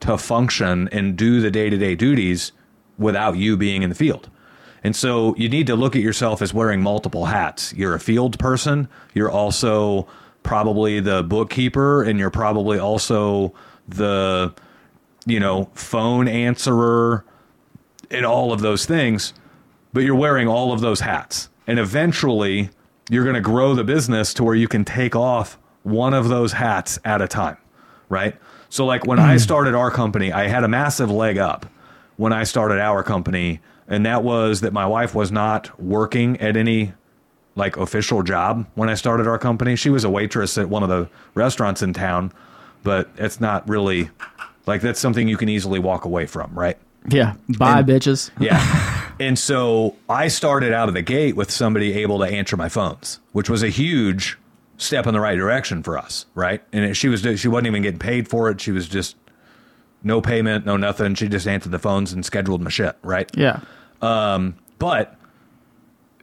[SPEAKER 1] to function and do the day-to-day duties without you being in the field and so you need to look at yourself as wearing multiple hats you're a field person you're also probably the bookkeeper and you're probably also the you know phone answerer and all of those things, but you're wearing all of those hats. And eventually, you're going to grow the business to where you can take off one of those hats at a time, right? So, like when I started our company, I had a massive leg up when I started our company, and that was that my wife was not working at any like official job when I started our company. She was a waitress at one of the restaurants in town, but it's not really like that's something you can easily walk away from, right?
[SPEAKER 2] yeah. Bye,
[SPEAKER 1] and-
[SPEAKER 2] bitches.
[SPEAKER 1] Yeah. and so I started out of the gate with somebody able to answer my phones, which was a huge step in the right direction for us, right? And it, she was she wasn't even getting paid for it. She was just no payment, no nothing. She just answered the phones and scheduled my shit, right?
[SPEAKER 2] Yeah.
[SPEAKER 1] But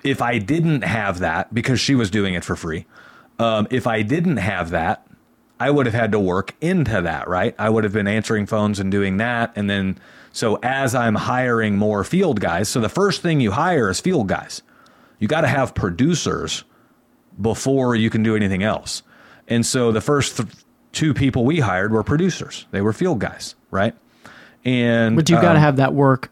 [SPEAKER 1] if I didn't have that, because she was doing it for free, um, if I didn't have that, I would have had to work into that, right? I would have been answering phones and doing that. And then, so as I'm hiring more field guys, so the first thing you hire is field guys. You got to have producers before you can do anything else. And so the first th- two people we hired were producers, they were field guys, right? And
[SPEAKER 2] But you've got
[SPEAKER 1] um,
[SPEAKER 2] to have that work.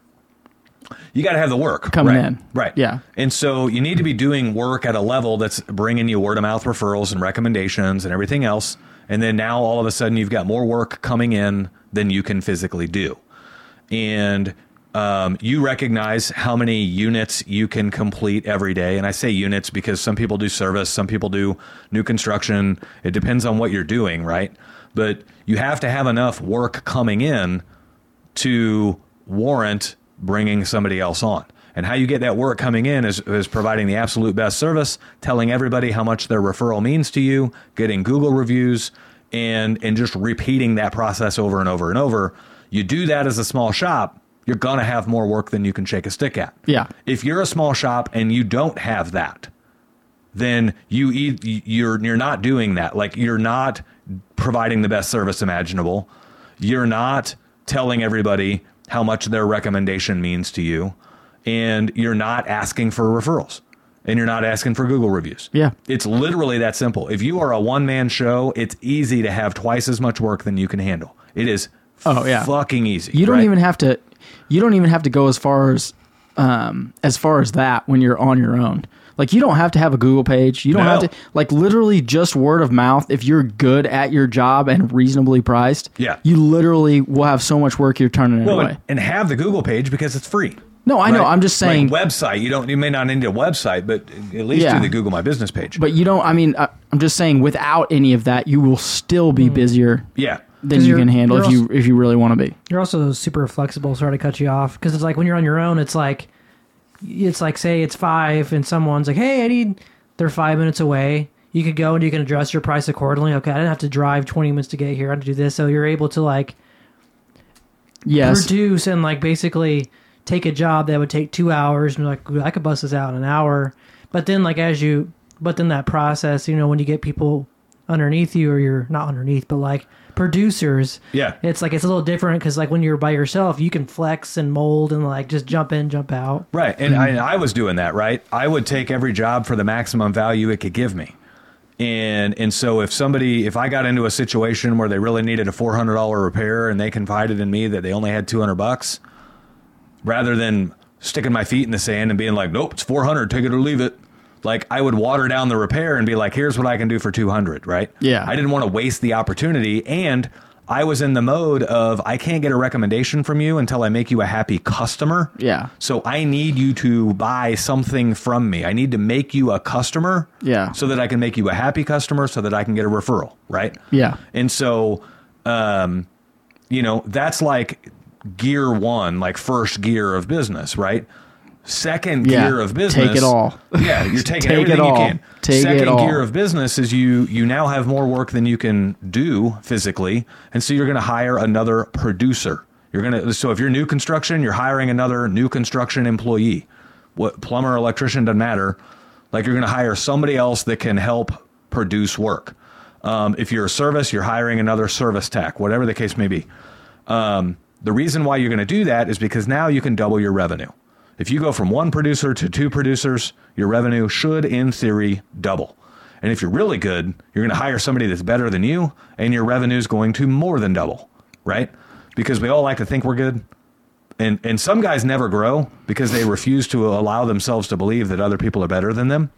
[SPEAKER 1] you got to have the work
[SPEAKER 2] Coming
[SPEAKER 1] right,
[SPEAKER 2] in.
[SPEAKER 1] right?
[SPEAKER 2] Yeah.
[SPEAKER 1] and so you need to be doing work at a level that's bringing you word of mouth referrals and recommendations and everything else. And then now all of a sudden you've got more work coming in than you can physically do, and um, you recognize how many units you can complete every day. And I say units because some people do service, some people do new construction. It depends on what you're doing, right? But you have to have enough work coming in to warrant bringing somebody else on. And how you get that work coming in is, is providing the absolute best service, telling everybody how much their referral means to you, getting Google reviews, and and just repeating that process over and over and over. You do that as a small shop, you're gonna have more work than you can shake a stick at.
[SPEAKER 2] Yeah.
[SPEAKER 1] If you're a small shop and you don't have that, then you e- you're you're not doing that. Like you're not providing the best service imaginable. You're not telling everybody how much their recommendation means to you, and you're not asking for referrals, and you're not asking for Google reviews.
[SPEAKER 2] Yeah.
[SPEAKER 1] it's literally that simple. If you are a one man show, it's easy to have twice as much work than you can handle. It is.
[SPEAKER 2] Oh, yeah.
[SPEAKER 1] fucking easy.
[SPEAKER 2] You don't
[SPEAKER 1] right?
[SPEAKER 2] even have to. You don't even have to go as far as um, as far as that when you're on your own. Like you don't have to have a Google page. You don't
[SPEAKER 1] No.
[SPEAKER 2] have to like literally just word of mouth. If you're good at your job and reasonably priced,
[SPEAKER 1] Yeah.
[SPEAKER 2] you literally will have so much work you're turning
[SPEAKER 1] Well,
[SPEAKER 2] away.
[SPEAKER 1] and, and have the Google page because it's free.
[SPEAKER 2] No, I know.
[SPEAKER 1] Right?
[SPEAKER 2] I'm just saying.
[SPEAKER 1] like website. You don't. You may not need a website, but at least
[SPEAKER 2] Yeah.
[SPEAKER 1] do the Google My Business page.
[SPEAKER 2] but you don't. I mean, I, I'm just saying. Without any of that, you will still be busier
[SPEAKER 1] yeah,
[SPEAKER 2] than
[SPEAKER 3] Hmm. 'Cause
[SPEAKER 2] you
[SPEAKER 3] you're-
[SPEAKER 2] can handle
[SPEAKER 3] you're
[SPEAKER 2] if you if you really want to be.
[SPEAKER 3] You're also super flexible. Sorry to cut you off because it's like when you're on your own, it's like it's like say it's five and someone's like, "Hey, I need," they're five minutes away. You could go and you can adjust your price accordingly. Okay, I didn't have to drive 20 minutes to get here. I had to do this, so you're able to like
[SPEAKER 2] Yes.
[SPEAKER 3] produce and like basically take a job that would take two hours and you're like "Ooh, I could bust this out in an hour. But then like as you but then that process, you know, when you get people underneath you or you're not underneath, but like producers,
[SPEAKER 1] Yeah.
[SPEAKER 3] it's like it's a little different because like when you're by yourself, you can flex and mold and like just jump in, jump out.
[SPEAKER 1] Right. And
[SPEAKER 2] Mm-hmm.
[SPEAKER 1] I, I was doing that, right? I would take every job for the maximum value it could give me. And and so if somebody if I got into a situation where they really needed a four hundred dollar repair and they confided in me that they only had two hundred bucks, rather than sticking my feet in the sand and being like, Nope, it's four hundred, take it or leave it. Like I would water down the repair and be like, here's what I can do for two hundred, right?
[SPEAKER 2] Yeah.
[SPEAKER 1] I didn't want to waste the opportunity and I was in the mode of I can't get a recommendation from you until I make you a happy customer.
[SPEAKER 2] Yeah.
[SPEAKER 1] So I need you to buy something from me. I need to make you a customer.
[SPEAKER 2] Yeah.
[SPEAKER 1] So that I can make you a happy customer so that I can get a referral, right?
[SPEAKER 2] Yeah.
[SPEAKER 1] And so um you know, that's like gear 1, like first gear of business, right? Second
[SPEAKER 2] Yeah.
[SPEAKER 1] gear of business.
[SPEAKER 2] Take it all.
[SPEAKER 1] Yeah, you're taking
[SPEAKER 2] Take it
[SPEAKER 1] everything
[SPEAKER 2] all.
[SPEAKER 1] you can.
[SPEAKER 2] Take it
[SPEAKER 1] Second
[SPEAKER 2] all.
[SPEAKER 1] gear of business is you you now have more work than you can do physically, and so you're going to hire another producer. You're going to so if you're new construction, you're hiring another new construction employee. What plumber, electrician doesn't matter. Like you're going to hire somebody else that can help produce work. Um, if you're a service, you're hiring another service tech, whatever the case may be. Um, the reason why you're going to do that is because now you can double your revenue. If you go from one producer to two producers, your revenue should, in theory, double. And if you're really good, you're going to hire somebody that's better than you, and your revenue is going to more than double, right? Because we all like to think we're good. And, and some guys never grow because they refuse to allow themselves to believe that other people are better than them.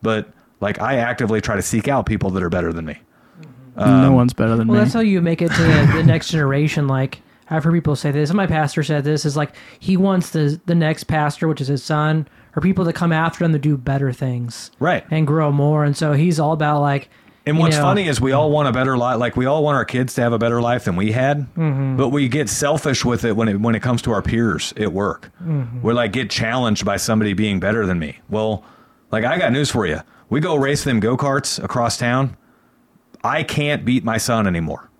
[SPEAKER 1] But like I actively try to seek out people that are better than me. Um,
[SPEAKER 2] no one's better than
[SPEAKER 3] Well,
[SPEAKER 2] me.
[SPEAKER 3] that's how you make it to the, the next generation. Like I've heard people say this, and my pastor said this is like he wants the the next pastor, which is his son, or people to come after him to do better things,
[SPEAKER 1] Right.
[SPEAKER 3] and grow more. And so he's all about like.
[SPEAKER 1] And
[SPEAKER 3] you
[SPEAKER 1] what's
[SPEAKER 3] know,
[SPEAKER 1] funny is we all want a better life. Like we all want our kids to have a better life than we had,
[SPEAKER 2] Mm-hmm.
[SPEAKER 1] but we get selfish with it when it when it comes to our peers at work.
[SPEAKER 2] Mm-hmm.
[SPEAKER 1] We're like get challenged by somebody being better than me. Well, like I got news for you. We go race them go karts across town. I can't beat my son anymore.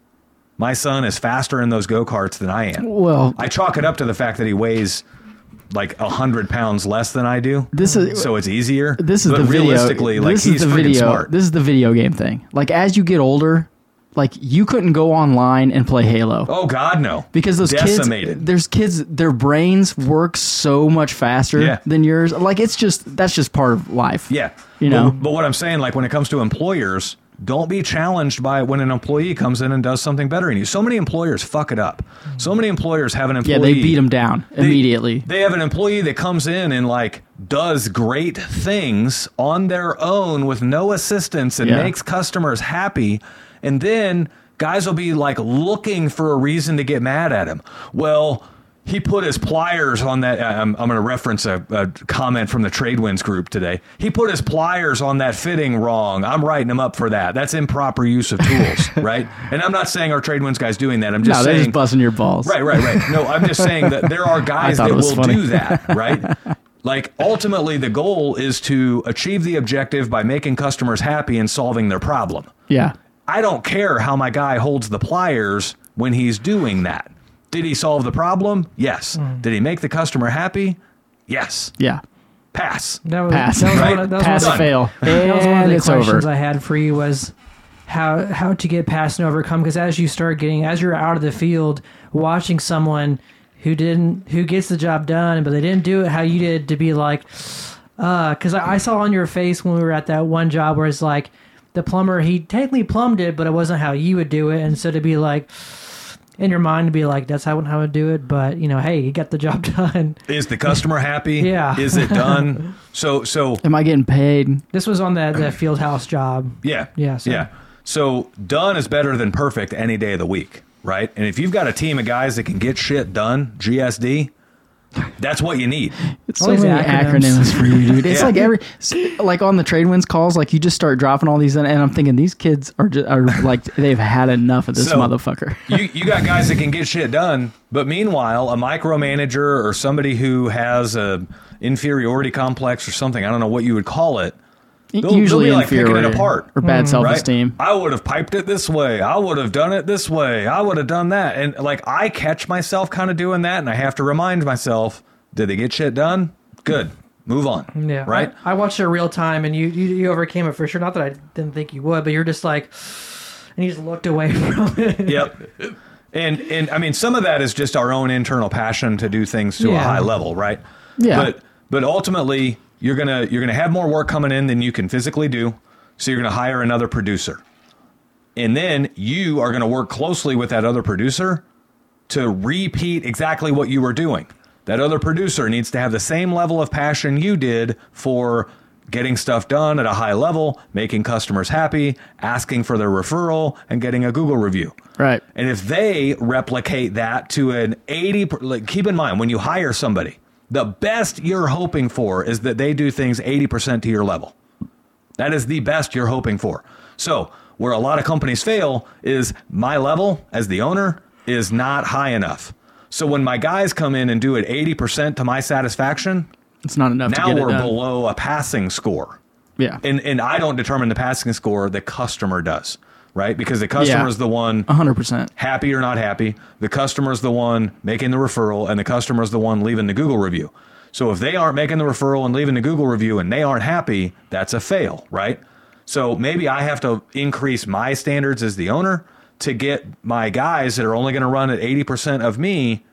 [SPEAKER 1] My son is faster in those go karts than I am.
[SPEAKER 2] Well-
[SPEAKER 1] I chalk it up to the fact that he weighs like a hundred pounds less than I do.
[SPEAKER 2] This is-
[SPEAKER 1] so it's easier.
[SPEAKER 2] this is
[SPEAKER 1] but
[SPEAKER 2] the video.
[SPEAKER 1] realistically like
[SPEAKER 2] this
[SPEAKER 1] he's
[SPEAKER 2] is the
[SPEAKER 1] freaking
[SPEAKER 2] video.
[SPEAKER 1] smart.
[SPEAKER 2] This is the video game thing. Like as you get older, like you couldn't go online and play Halo.
[SPEAKER 1] Oh God, no!
[SPEAKER 2] Because those
[SPEAKER 1] decimated.
[SPEAKER 2] kids, there's kids, their brains work so much faster
[SPEAKER 1] Yeah.
[SPEAKER 2] than yours. Like it's just that's just part of life.
[SPEAKER 1] yeah,
[SPEAKER 2] you know.
[SPEAKER 1] But, but what I'm saying, like when it comes to employers, don't be challenged by when an employee comes in and does something better than you. So many employers fuck it up. So many employers have an employee.
[SPEAKER 2] Yeah, they beat them down immediately.
[SPEAKER 1] They have an employee that comes in and like does great things on their own with no assistance and
[SPEAKER 2] Yeah.
[SPEAKER 1] makes customers happy. And then guys will be like looking for a reason to get mad at him. Well, he put his pliers on that. uh, I'm, I'm going to reference a, a comment from the Tradewinds group today. He put his pliers on that fitting wrong. I'm writing him up for that. That's improper use of tools, right? And I'm not saying our Tradewinds guys doing that. I'm just
[SPEAKER 2] no, they're
[SPEAKER 1] saying
[SPEAKER 2] just busting your balls.
[SPEAKER 1] Right, right, right. No, I'm just saying that there are guys
[SPEAKER 2] thought
[SPEAKER 1] that
[SPEAKER 2] it was
[SPEAKER 1] will
[SPEAKER 2] funny.
[SPEAKER 1] do that, right? Like ultimately the goal is to achieve the objective by making customers happy and solving their problem.
[SPEAKER 2] Yeah.
[SPEAKER 1] I don't care how my guy holds the pliers when he's doing that. Did he solve the problem? Yes. Did he make the customer happy? Yes.
[SPEAKER 2] Yeah.
[SPEAKER 1] Pass.
[SPEAKER 3] That was,
[SPEAKER 2] Pass.
[SPEAKER 3] That was
[SPEAKER 1] Right.
[SPEAKER 3] one of, that was
[SPEAKER 2] Pass
[SPEAKER 3] one of-
[SPEAKER 2] fail.
[SPEAKER 3] that was one of
[SPEAKER 2] And
[SPEAKER 3] the
[SPEAKER 2] it's
[SPEAKER 3] questions
[SPEAKER 2] over.
[SPEAKER 3] I had for you was how how to get past and overcome because as you start getting as you're out of the field watching someone who didn't who gets the job done but they didn't do it how you did to be like uh because I, I saw on your face when we were at that one job where it's like the plumber he technically plumbed it but it wasn't how you would do it and so to be like in your mind to be like that's how, how I would do it but you know hey he got the job done
[SPEAKER 1] Is the customer happy?
[SPEAKER 3] Yeah.
[SPEAKER 1] Is it done? So so
[SPEAKER 2] Am I getting paid?
[SPEAKER 3] this was on that that field house job
[SPEAKER 1] Yeah.
[SPEAKER 3] Yeah, so-
[SPEAKER 1] Yeah. So done is better than perfect any day of the week, right? And if you've got a team of guys that can get shit done, GSD, that's what you need.
[SPEAKER 2] It's
[SPEAKER 3] All
[SPEAKER 2] so
[SPEAKER 3] these
[SPEAKER 2] many
[SPEAKER 3] acronyms.
[SPEAKER 2] acronyms for you, dude. It's
[SPEAKER 1] Yeah.
[SPEAKER 2] like every, like on the Tradewinds calls, like you just start dropping all these in, and I'm thinking these kids are just, are like they've had enough of this
[SPEAKER 1] So-
[SPEAKER 2] motherfucker.
[SPEAKER 1] You you got guys that can get shit done, but meanwhile, a micromanager or somebody who has a inferiority complex or something, I don't know what you would call it. they'll be,
[SPEAKER 2] Usually
[SPEAKER 1] like, picking it
[SPEAKER 2] inferior
[SPEAKER 1] apart.
[SPEAKER 3] Mm.
[SPEAKER 2] or bad self
[SPEAKER 1] Right?
[SPEAKER 2] esteem.
[SPEAKER 1] I would have piped it this way. I would have done it this way. I would have done that. And like I catch myself kind of doing that and I have to remind myself, Did they get shit done? Good. Move on.
[SPEAKER 3] Yeah.
[SPEAKER 1] Right?
[SPEAKER 3] I, I watched it real time and you, you you overcame it for sure. Not that I didn't think you would, but you're just like and you just looked away from it.
[SPEAKER 1] yep. And and I mean some of that is just our own internal passion to do things to a
[SPEAKER 3] Yeah.
[SPEAKER 1] high level, right?
[SPEAKER 2] Yeah.
[SPEAKER 1] But but ultimately you're gonna you're gonna have more work coming in than you can physically do, so you're gonna hire another producer. And then you are gonna work closely with that other producer to repeat exactly what you were doing. That other producer needs to have the same level of passion you did for getting stuff done at a high level, making customers happy, asking for their referral, and getting a Google review.
[SPEAKER 2] Right.
[SPEAKER 1] And if they replicate that to an 80, per- like, keep in mind when you hire somebody, the best you're hoping for is that they do things 80% to your level. That is the best you're hoping for. So, where a lot of companies fail is my level as the owner is not high enough. So, when my guys come in and do it 80% to my satisfaction,
[SPEAKER 2] It's not enough to
[SPEAKER 1] now
[SPEAKER 2] get it
[SPEAKER 1] we're
[SPEAKER 2] done.
[SPEAKER 1] below a passing score
[SPEAKER 2] yeah.
[SPEAKER 1] and and I don't determine the passing score. The customer does, right? Because the customer
[SPEAKER 2] Yeah. Uh-huh.
[SPEAKER 1] is the one
[SPEAKER 2] hundred percent.
[SPEAKER 1] happy or not happy. The customer is the one making the referral, and the customer is the one leaving the Google review. So if they aren't making the referral and leaving the Google review, and they aren't happy, that's a fail, right? So maybe I have to increase my standards as the owner to get my guys that are only going to run at eighty percent of me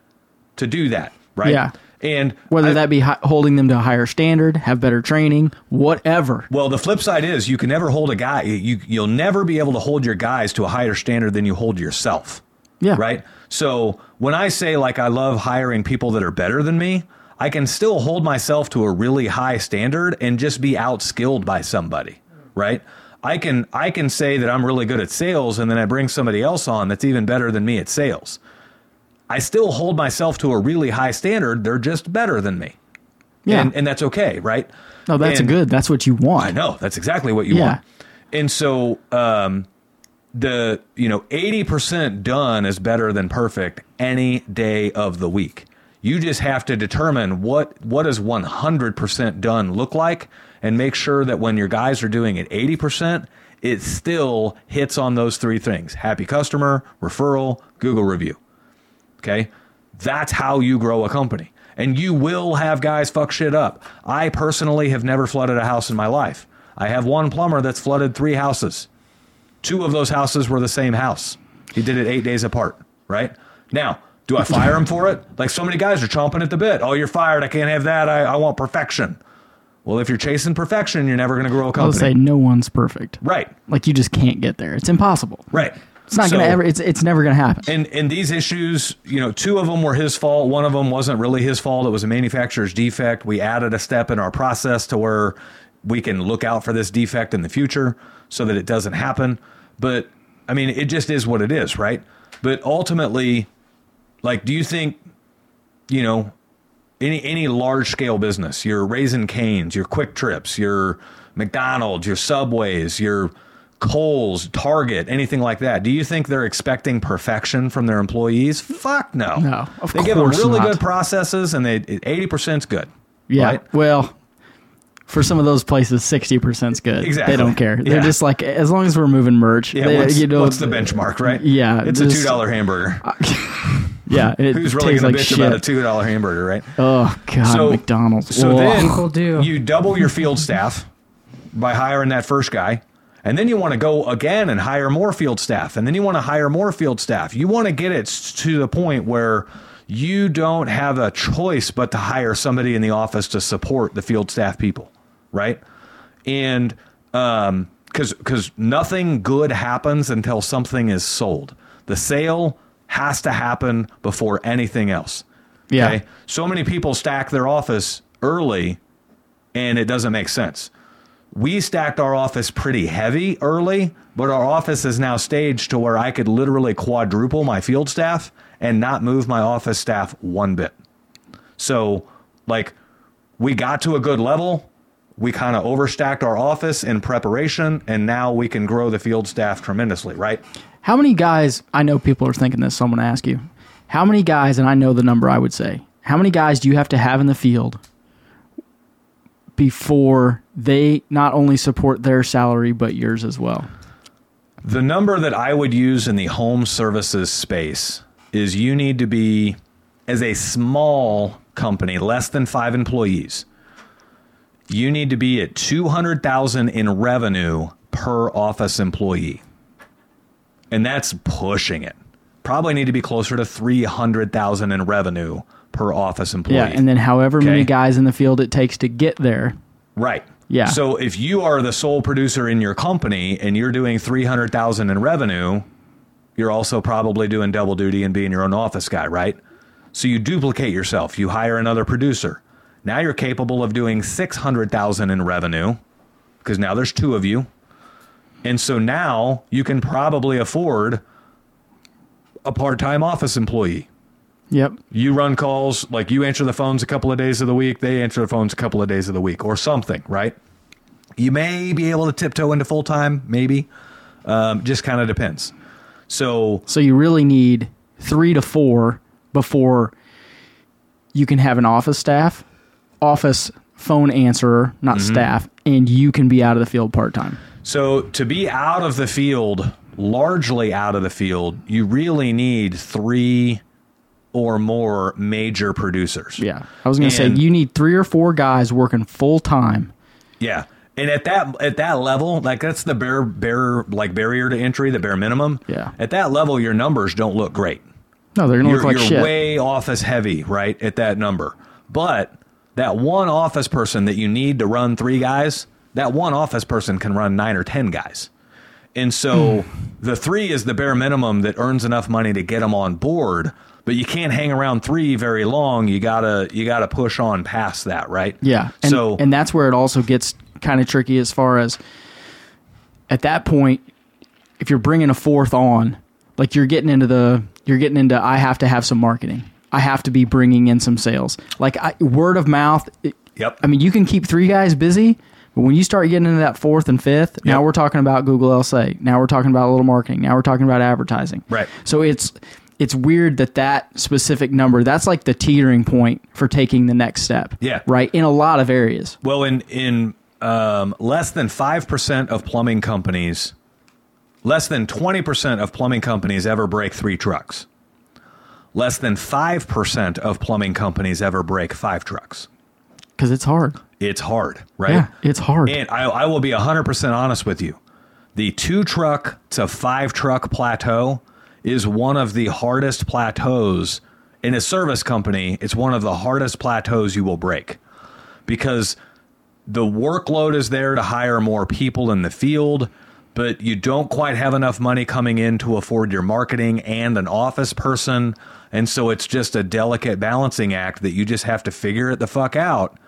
[SPEAKER 1] to do that, right?
[SPEAKER 2] Yeah.
[SPEAKER 1] And
[SPEAKER 2] Whether
[SPEAKER 1] I-
[SPEAKER 2] that be hi- holding them to a higher standard, have better training, whatever.
[SPEAKER 1] Well, the flip side is you can never hold a guy. You you'll never be able to hold your guys to a higher standard than you hold yourself.
[SPEAKER 2] Yeah.
[SPEAKER 1] Right. So when I say like I love hiring people that are better than me, I can still hold myself to a really high standard and just be outskilled by somebody. Right. I can I can say that I'm really good at sales and then I bring somebody else on that's even better than me at sales. I still hold myself to a really high standard. They're just better than me.
[SPEAKER 2] Yeah.
[SPEAKER 1] And, and that's okay, right?
[SPEAKER 2] no, that's
[SPEAKER 1] and-
[SPEAKER 2] good. That's what you want.
[SPEAKER 1] I know that's exactly what you
[SPEAKER 2] Yeah.
[SPEAKER 1] want. And so um, the you know eighty percent done is better than perfect any day of the week. You just have to determine what what does one hundred percent done look like, and make sure that when your guys are doing it eighty percent, it still hits on those three things: happy customer, referral, Google review. Okay. That's how you grow a company. And you will have guys fuck shit up. I personally have never flooded a house in my life. I have one plumber that's flooded three houses. Two of those houses were the same house. He did it eight days apart, right? Now, do I fire him for it? Like so many guys are chomping at the bit. Oh, you're fired. I can't have that. I, I want perfection. Well, if you're chasing perfection, you're never going to grow a
[SPEAKER 2] I'll
[SPEAKER 1] company.
[SPEAKER 2] say no one's perfect.
[SPEAKER 1] right,
[SPEAKER 2] Like you just can't get there. It's impossible.
[SPEAKER 1] right.
[SPEAKER 2] It's not gonna
[SPEAKER 1] So-
[SPEAKER 2] ever. It's it's never gonna happen.
[SPEAKER 1] and and these issues, you know, two of them were his fault. One of them wasn't really his fault. It was a manufacturer's defect. We added a step in our process to where we can look out for this defect in the future so that it doesn't happen. But I mean, it just is what it is, right? But ultimately, like, do you think, you know, any any large scale business, your Raisin Canes, your Quick Trips, your McDonald's, your Subways, your Kohl's, Target, anything like that. Do you think they're expecting perfection from their employees? Fuck no.
[SPEAKER 2] No, of
[SPEAKER 1] they give them
[SPEAKER 2] course
[SPEAKER 1] really
[SPEAKER 2] not.
[SPEAKER 1] good processes, and they eighty percent's good.
[SPEAKER 2] yeah.
[SPEAKER 1] right?
[SPEAKER 2] Well, for some of those places, sixty percent's good.
[SPEAKER 1] Exactly.
[SPEAKER 2] They don't care. They're
[SPEAKER 1] Yeah.
[SPEAKER 2] just like as long as we're moving merch.
[SPEAKER 1] Yeah,
[SPEAKER 2] they-
[SPEAKER 1] what's,
[SPEAKER 2] you know,
[SPEAKER 1] what's the benchmark, right?
[SPEAKER 2] yeah,
[SPEAKER 1] it's a
[SPEAKER 2] just-
[SPEAKER 1] two dollar hamburger.
[SPEAKER 2] Yeah. It
[SPEAKER 1] Who's really
[SPEAKER 2] tastes
[SPEAKER 1] gonna
[SPEAKER 2] like
[SPEAKER 1] bitch
[SPEAKER 2] shit.
[SPEAKER 1] about a two dollar hamburger, right?
[SPEAKER 2] Oh God,
[SPEAKER 1] So-
[SPEAKER 2] McDonald's.
[SPEAKER 1] So
[SPEAKER 2] Ugh.
[SPEAKER 3] People do.
[SPEAKER 1] then you double your field staff by hiring that first guy. And then you want to go again and hire more field staff. And then you want to hire more field staff. You want to get it s- to the point where you don't have a choice but to hire somebody in the office to support the field staff people, right? And um, because because nothing good happens until something is sold. The sale has to happen before anything else.
[SPEAKER 2] Yeah.
[SPEAKER 1] So many people stack their office early and it doesn't make sense. We stacked our office pretty heavy early, but our office is now staged to where I could literally quadruple my field staff and not move my office staff one bit. So, like, we got to a good level. We kind of overstacked our office in preparation, and now we can grow the field staff tremendously, right?
[SPEAKER 2] How many guys? I know people are thinking this, so I'm going to ask you. How many guys? And I know the number. I would say. How many guys do you have to have in the field before they not only support their salary but yours as well?
[SPEAKER 1] The number that I would use in the home services space is you need to be, as a small company, less than five employees, you need to be at 200,000 in revenue per office employee. And that's pushing it. Probably need to be closer to 300,000 in revenue per office employee.
[SPEAKER 2] Yeah, and then however
[SPEAKER 1] Okay.
[SPEAKER 2] many guys in the field it takes to get there.
[SPEAKER 1] Right.
[SPEAKER 2] Yeah.
[SPEAKER 1] So if you are the sole producer in your company and you're doing 300,000 in revenue, you're also probably doing double duty and being your own office guy, right? So you duplicate yourself. You hire another producer. Now you're capable of doing 600,000 in revenue because now there's two of you. And so now you can probably afford a part-time office employee
[SPEAKER 2] Yep.
[SPEAKER 1] you run calls like you answer the phones a couple of days of the week they answer the phones a couple of days of the week or something right you may be able to tiptoe into full-time maybe um, just kind of depends so
[SPEAKER 2] So you really need three to four before you can have an office staff, office phone answerer, not
[SPEAKER 1] Mm-hmm.
[SPEAKER 2] staff, and you can be out of the field part time.
[SPEAKER 1] so to be out of the field largely out of the field you really need three or more major producers
[SPEAKER 2] Yeah. I was going to say
[SPEAKER 1] And-
[SPEAKER 2] you need three or four guys working full time.
[SPEAKER 1] Yeah. And at that at that level, like that's the bare bare like barrier to entry, the bare minimum.
[SPEAKER 2] Yeah.
[SPEAKER 1] At that level, your numbers don't look great.
[SPEAKER 2] No, they're going to
[SPEAKER 1] you're,
[SPEAKER 2] look like
[SPEAKER 1] you're
[SPEAKER 2] shit.
[SPEAKER 1] way office heavy, right? At that number. But that one office person that you need to run three guys, that one office person can run nine or 10 guys. And so
[SPEAKER 2] Hmm.
[SPEAKER 1] the three is the bare minimum that earns enough money to get them on board. But you can't hang around three very long. You gotta you gotta push on past that, right?
[SPEAKER 2] Yeah. And,
[SPEAKER 1] so
[SPEAKER 2] and that's where it also gets kind of tricky as far as at that point, if you're bringing a fourth on, like you're getting into the, you're getting into, I have to have some marketing. I have to be bringing in some sales. Like I, word of mouth. It,
[SPEAKER 1] yep.
[SPEAKER 2] I mean, you can keep three guys busy, but when you start getting into that fourth and fifth, now
[SPEAKER 1] Yep.
[SPEAKER 2] we're talking about Google LSA. Now we're talking about a little marketing. Now we're talking about advertising.
[SPEAKER 1] Right.
[SPEAKER 2] So it's it's weird that that specific number that's like the teetering point for taking the next step.
[SPEAKER 1] Yeah.
[SPEAKER 2] Right. In a lot of areas.
[SPEAKER 1] Well, in in um, less than five percent of plumbing companies, less than twenty percent of plumbing companies ever break three trucks. Less than five percent of plumbing companies ever break five trucks.
[SPEAKER 2] Because it's hard.
[SPEAKER 1] It's hard, right?
[SPEAKER 2] Yeah. It's hard.
[SPEAKER 1] Oh, And I, I will be 100% honest with you. The two truck to five truck plateau is one of the hardest plateaus in a service company. It's one of the hardest plateaus you will break because the workload is there to hire more people in the field, but you don't quite have enough money coming in to afford your marketing and an office person. And so it's just a delicate balancing act that you just have to figure it the fuck out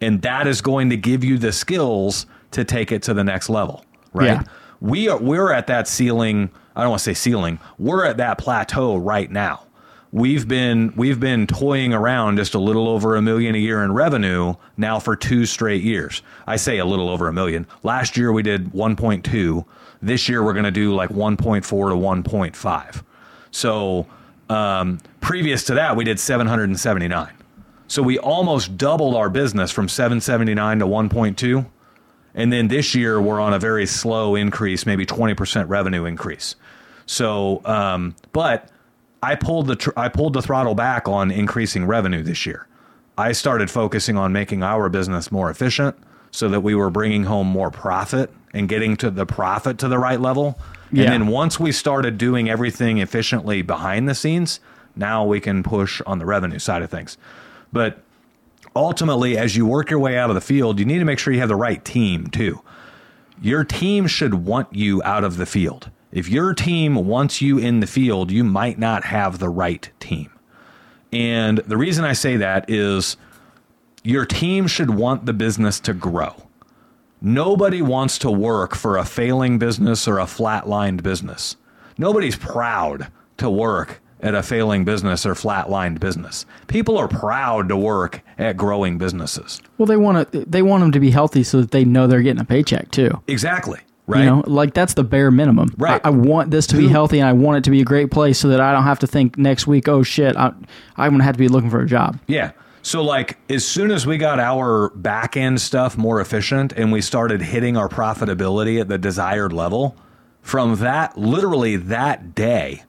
[SPEAKER 1] and that is going to give you the skills to take it to the next level right
[SPEAKER 2] Yeah.
[SPEAKER 1] we are we're at that ceiling i don't want to say ceiling we're at that plateau right now we've been we've been toying around just a little over a million a year in revenue now for two straight years i say a little over a million last year we did 1.2 this year we're going to do like 1.4 to 1.5 so um, previous to that we did 779 so we almost doubled our business from 779 to 1.2. And then this year we're on a very slow increase, maybe 20% revenue increase. So, um, but I pulled the tr- I pulled the throttle back on increasing revenue this year. I started focusing on making our business more efficient so that we were bringing home more profit and getting to the profit to the right level.
[SPEAKER 2] Yeah.
[SPEAKER 1] And then once we started doing everything efficiently behind the scenes, now we can push on the revenue side of things. But ultimately, as you work your way out of the field, you need to make sure you have the right team too. Your team should want you out of the field. If your team wants you in the field, you might not have the right team. And the reason I say that is your team should want the business to grow. Nobody wants to work for a failing business or a flatlined business. Nobody's proud to work at a failing business or flatlined business. People are proud to work at growing businesses.
[SPEAKER 2] Well, they want to they want them to be healthy so that they know they're getting a paycheck too.
[SPEAKER 1] Exactly. Right.
[SPEAKER 2] You know, like that's the bare minimum.
[SPEAKER 1] Right.
[SPEAKER 2] I, I want this to be healthy, and I want it to be a great place, so that I don't have to think next week. Oh shit, I, I'm gonna have to be looking for a job.
[SPEAKER 1] Yeah. So like as soon as we got our back end stuff more efficient and we started hitting our profitability at the desired level, from that literally that day,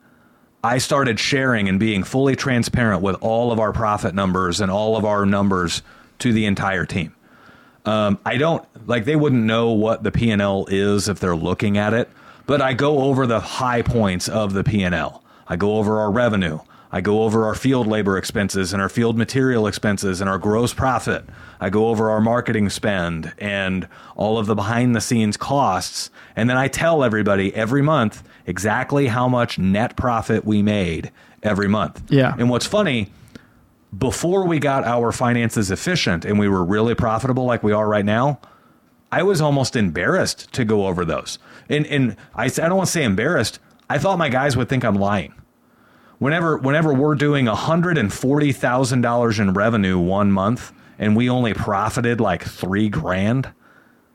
[SPEAKER 1] I started sharing and being fully transparent with all of our profit numbers and all of our numbers to the entire team. Um, I don't like they wouldn't know what the P and L is if they're looking at it, but I go over the high points of the P and L. I go over our revenue. I go over our field labor expenses and our field material expenses and our gross profit. I go over our marketing spend and all of the behind the scenes costs. And then I tell everybody every month exactly how much net profit we made every month.
[SPEAKER 2] Yeah.
[SPEAKER 1] And what's funny, before we got our finances efficient and we were really profitable like we are right now, I was almost embarrassed to go over those. And and I s- I don't want to say embarrassed. I thought my guys would think I'm lying. Whenever whenever we're doing hundred and forty thousand dollars in revenue one month and we only profited like three grand,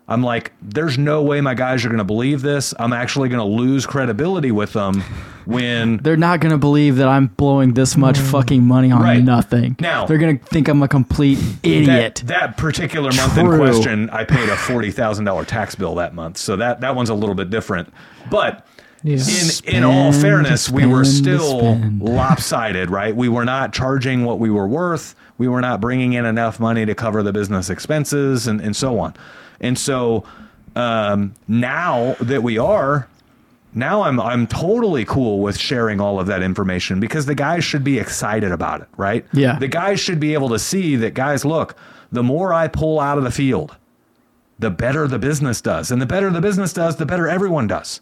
[SPEAKER 1] I'm like, there's no way my guys are going to believe this. I'm actually going to lose credibility with them when
[SPEAKER 2] They're not gonna believe that I'm blowing this much fucking money on
[SPEAKER 1] Mm. Right.
[SPEAKER 2] nothing.
[SPEAKER 1] Now-
[SPEAKER 2] they're gonna think I'm a complete idiot.
[SPEAKER 1] That, that particular month in
[SPEAKER 2] True.
[SPEAKER 1] question, I paid a forty thousand dollar tax bill that month, so that that one's a little bit different. But
[SPEAKER 3] Yeah.
[SPEAKER 1] in in all
[SPEAKER 2] Spend,
[SPEAKER 1] fairness, we were
[SPEAKER 2] spend,
[SPEAKER 1] still
[SPEAKER 2] spend.
[SPEAKER 1] lopsided, right? We were not charging what we were worth. We were not bringing in enough money to cover the business expenses and and so on. And so um, now that we are. Now I'm I'm totally cool with sharing all of that information because the guys should be excited about it, right?
[SPEAKER 2] Yeah.
[SPEAKER 1] The guys should be able to see that guys look the more i pull out of the field the better the business does and the better the business does the better everyone does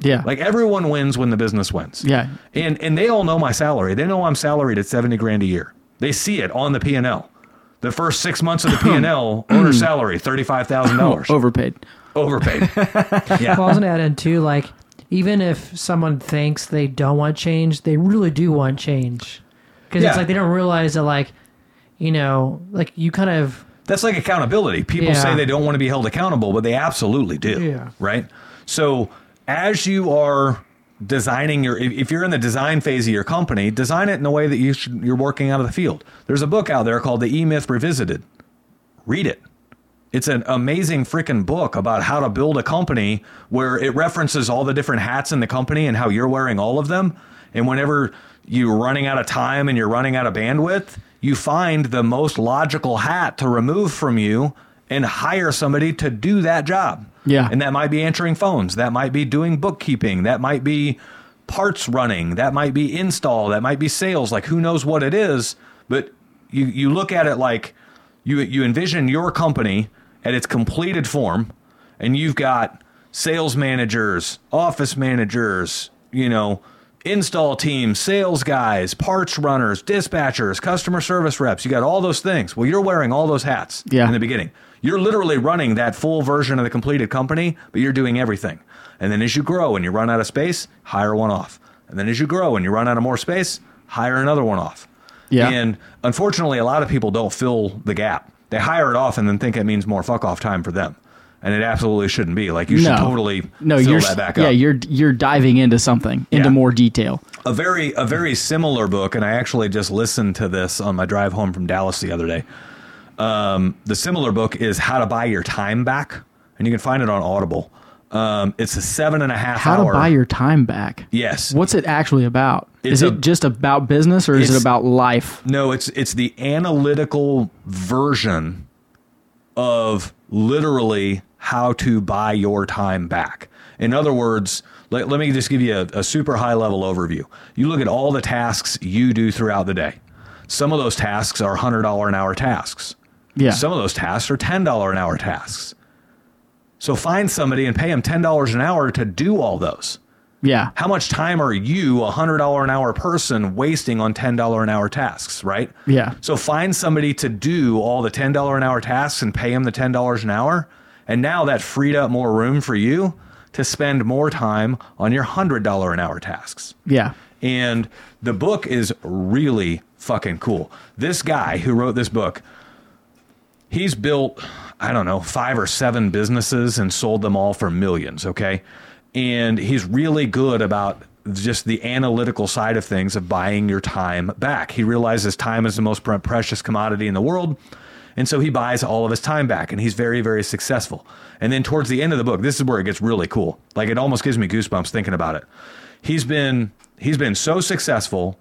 [SPEAKER 2] yeah.
[SPEAKER 1] like everyone wins when the business wins
[SPEAKER 2] Yeah.
[SPEAKER 1] and and they all know my salary they know i'm salaried at 70 grand a year they see it on the p&l the first six months of the p&l owner salary $35000
[SPEAKER 2] Overpaid.
[SPEAKER 1] overpaid yeah
[SPEAKER 3] Well, I was gonna add in too, like even if someone thinks they don't want change, they really do want change because
[SPEAKER 1] Yeah.
[SPEAKER 3] it's like they don't realize that, like you know, like you kind of
[SPEAKER 1] That's like accountability. People
[SPEAKER 3] Yeah.
[SPEAKER 1] say they don't want to be held accountable, but they absolutely do.
[SPEAKER 3] Yeah.
[SPEAKER 1] Right? So, as you are designing your, if if you're in the design phase of your company, design it in a way that you should, you're working out of the field. There's a book out there called The E Myth Revisited. Read it. It's an amazing freaking book about how to build a company where it references all the different hats in the company and how you're wearing all of them. And whenever you're running out of time and you're running out of bandwidth, you find the most logical hat to remove from you and hire somebody to do that job.
[SPEAKER 2] Yeah.
[SPEAKER 1] And that might be answering phones, that might be doing bookkeeping, that might be parts running, that might be install, that might be sales, like who knows what it is, but you you look at it like you you envision your company at its completed form and you've got sales managers, office managers, you know, install teams, sales guys, parts runners, dispatchers, customer service reps. You got all those things. Well, you're wearing all those hats
[SPEAKER 2] Yeah.
[SPEAKER 1] in the beginning. You're literally running that full version of the completed company, but you're doing everything. And then as you grow and you run out of space, hire one off. And then as you grow and you run out of more space, hire another one off.
[SPEAKER 2] Yeah.
[SPEAKER 1] And unfortunately, a lot of people don't fill the gap. They hire it off and then think it means more fuck off time for them. And it absolutely shouldn't be. Like you should totally
[SPEAKER 2] no,
[SPEAKER 1] fill
[SPEAKER 2] you're,
[SPEAKER 1] that back
[SPEAKER 2] Yeah,
[SPEAKER 1] up.
[SPEAKER 2] you're you're diving into something, into
[SPEAKER 1] Yeah.
[SPEAKER 2] more detail.
[SPEAKER 1] a very a very similar book, and I actually just listened to this on my drive home from Dallas the other day. Um, the similar book is How to Buy Your Time Back, and you can find it on Audible. Um, it's a seven and a half
[SPEAKER 2] How
[SPEAKER 1] hour.
[SPEAKER 2] to buy your time back.
[SPEAKER 1] yes.
[SPEAKER 2] What's it actually about?
[SPEAKER 1] It's
[SPEAKER 2] Is
[SPEAKER 1] a-
[SPEAKER 2] it just about business or is it
[SPEAKER 1] It's-
[SPEAKER 2] about life?
[SPEAKER 1] No, it's it's the analytical version of literally how to buy your time back. In other words, let, let me just give you a, a super high level overview. You look at all the tasks you do throughout the day. Some of those tasks are $100 an hour tasks.
[SPEAKER 2] Yeah.
[SPEAKER 1] Some of those tasks are $10 an hour tasks. So find somebody and pay them $10 an hour to do all those
[SPEAKER 2] yeah.
[SPEAKER 1] how much time are you a hundred dollar an hour person wasting on ten dollar an hour tasks right
[SPEAKER 2] Yeah.
[SPEAKER 1] so find somebody to do all the ten dollar an hour tasks and pay them the ten dollars an hour and now that freed up more room for you to spend more time on your hundred dollar an hour tasks
[SPEAKER 2] Yeah.
[SPEAKER 1] and the book is really fucking cool. This guy who wrote this book, he's built, I don't know, five or seven businesses and sold them all for millions, okay? And he's really good about just the analytical side of things of buying your time back. He realizes time is the most pre- precious commodity in the world. And so he buys all of his time back and he's very, very successful. And then towards the end of the book, this is where it gets really cool. Like it almost gives me goosebumps thinking about it. He's been, he's been so successful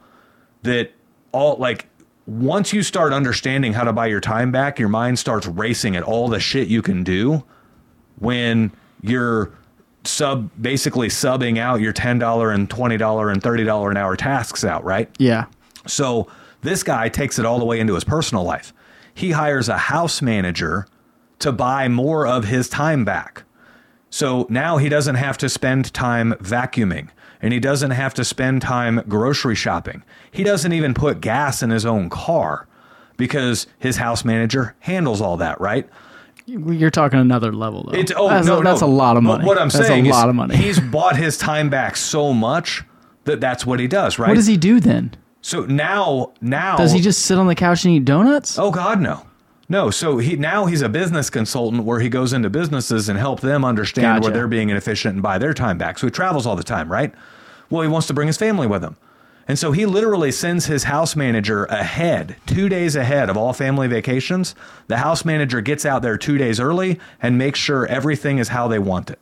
[SPEAKER 1] that all like once you start understanding how to buy your time back, your mind starts racing at all the shit you can do when you're sub basically subbing out your $10 and $20 and $30 an hour tasks out, right?
[SPEAKER 2] Yeah.
[SPEAKER 1] So this guy takes it all the way into his personal life. He hires a house manager to buy more of his time back. So now he doesn't have to spend time vacuuming and he doesn't have to spend time grocery shopping. He doesn't even put gas in his own car because his house manager handles all that, right?
[SPEAKER 2] You're talking another level though.
[SPEAKER 1] It's oh
[SPEAKER 2] that's,
[SPEAKER 1] no,
[SPEAKER 2] a, that's
[SPEAKER 1] no.
[SPEAKER 2] a lot of
[SPEAKER 1] But
[SPEAKER 2] money.
[SPEAKER 1] What I'm
[SPEAKER 2] that's
[SPEAKER 1] saying
[SPEAKER 2] a
[SPEAKER 1] is
[SPEAKER 2] lot of money.
[SPEAKER 1] he's bought his time back so much that that's what he does, right?
[SPEAKER 2] what does he do then?
[SPEAKER 1] so now now
[SPEAKER 2] Does he just sit on the couch and eat donuts?
[SPEAKER 1] Oh God, no, no. So he now he's a business consultant where he goes into businesses and help them understand where
[SPEAKER 2] Gotcha.
[SPEAKER 1] they're being inefficient and buy their time back. So he travels all the time, right? Well, he wants to bring his family with him, and so he literally sends his house manager ahead, two days ahead of all family vacations. The house manager gets out there two days early and makes sure everything is how they want it.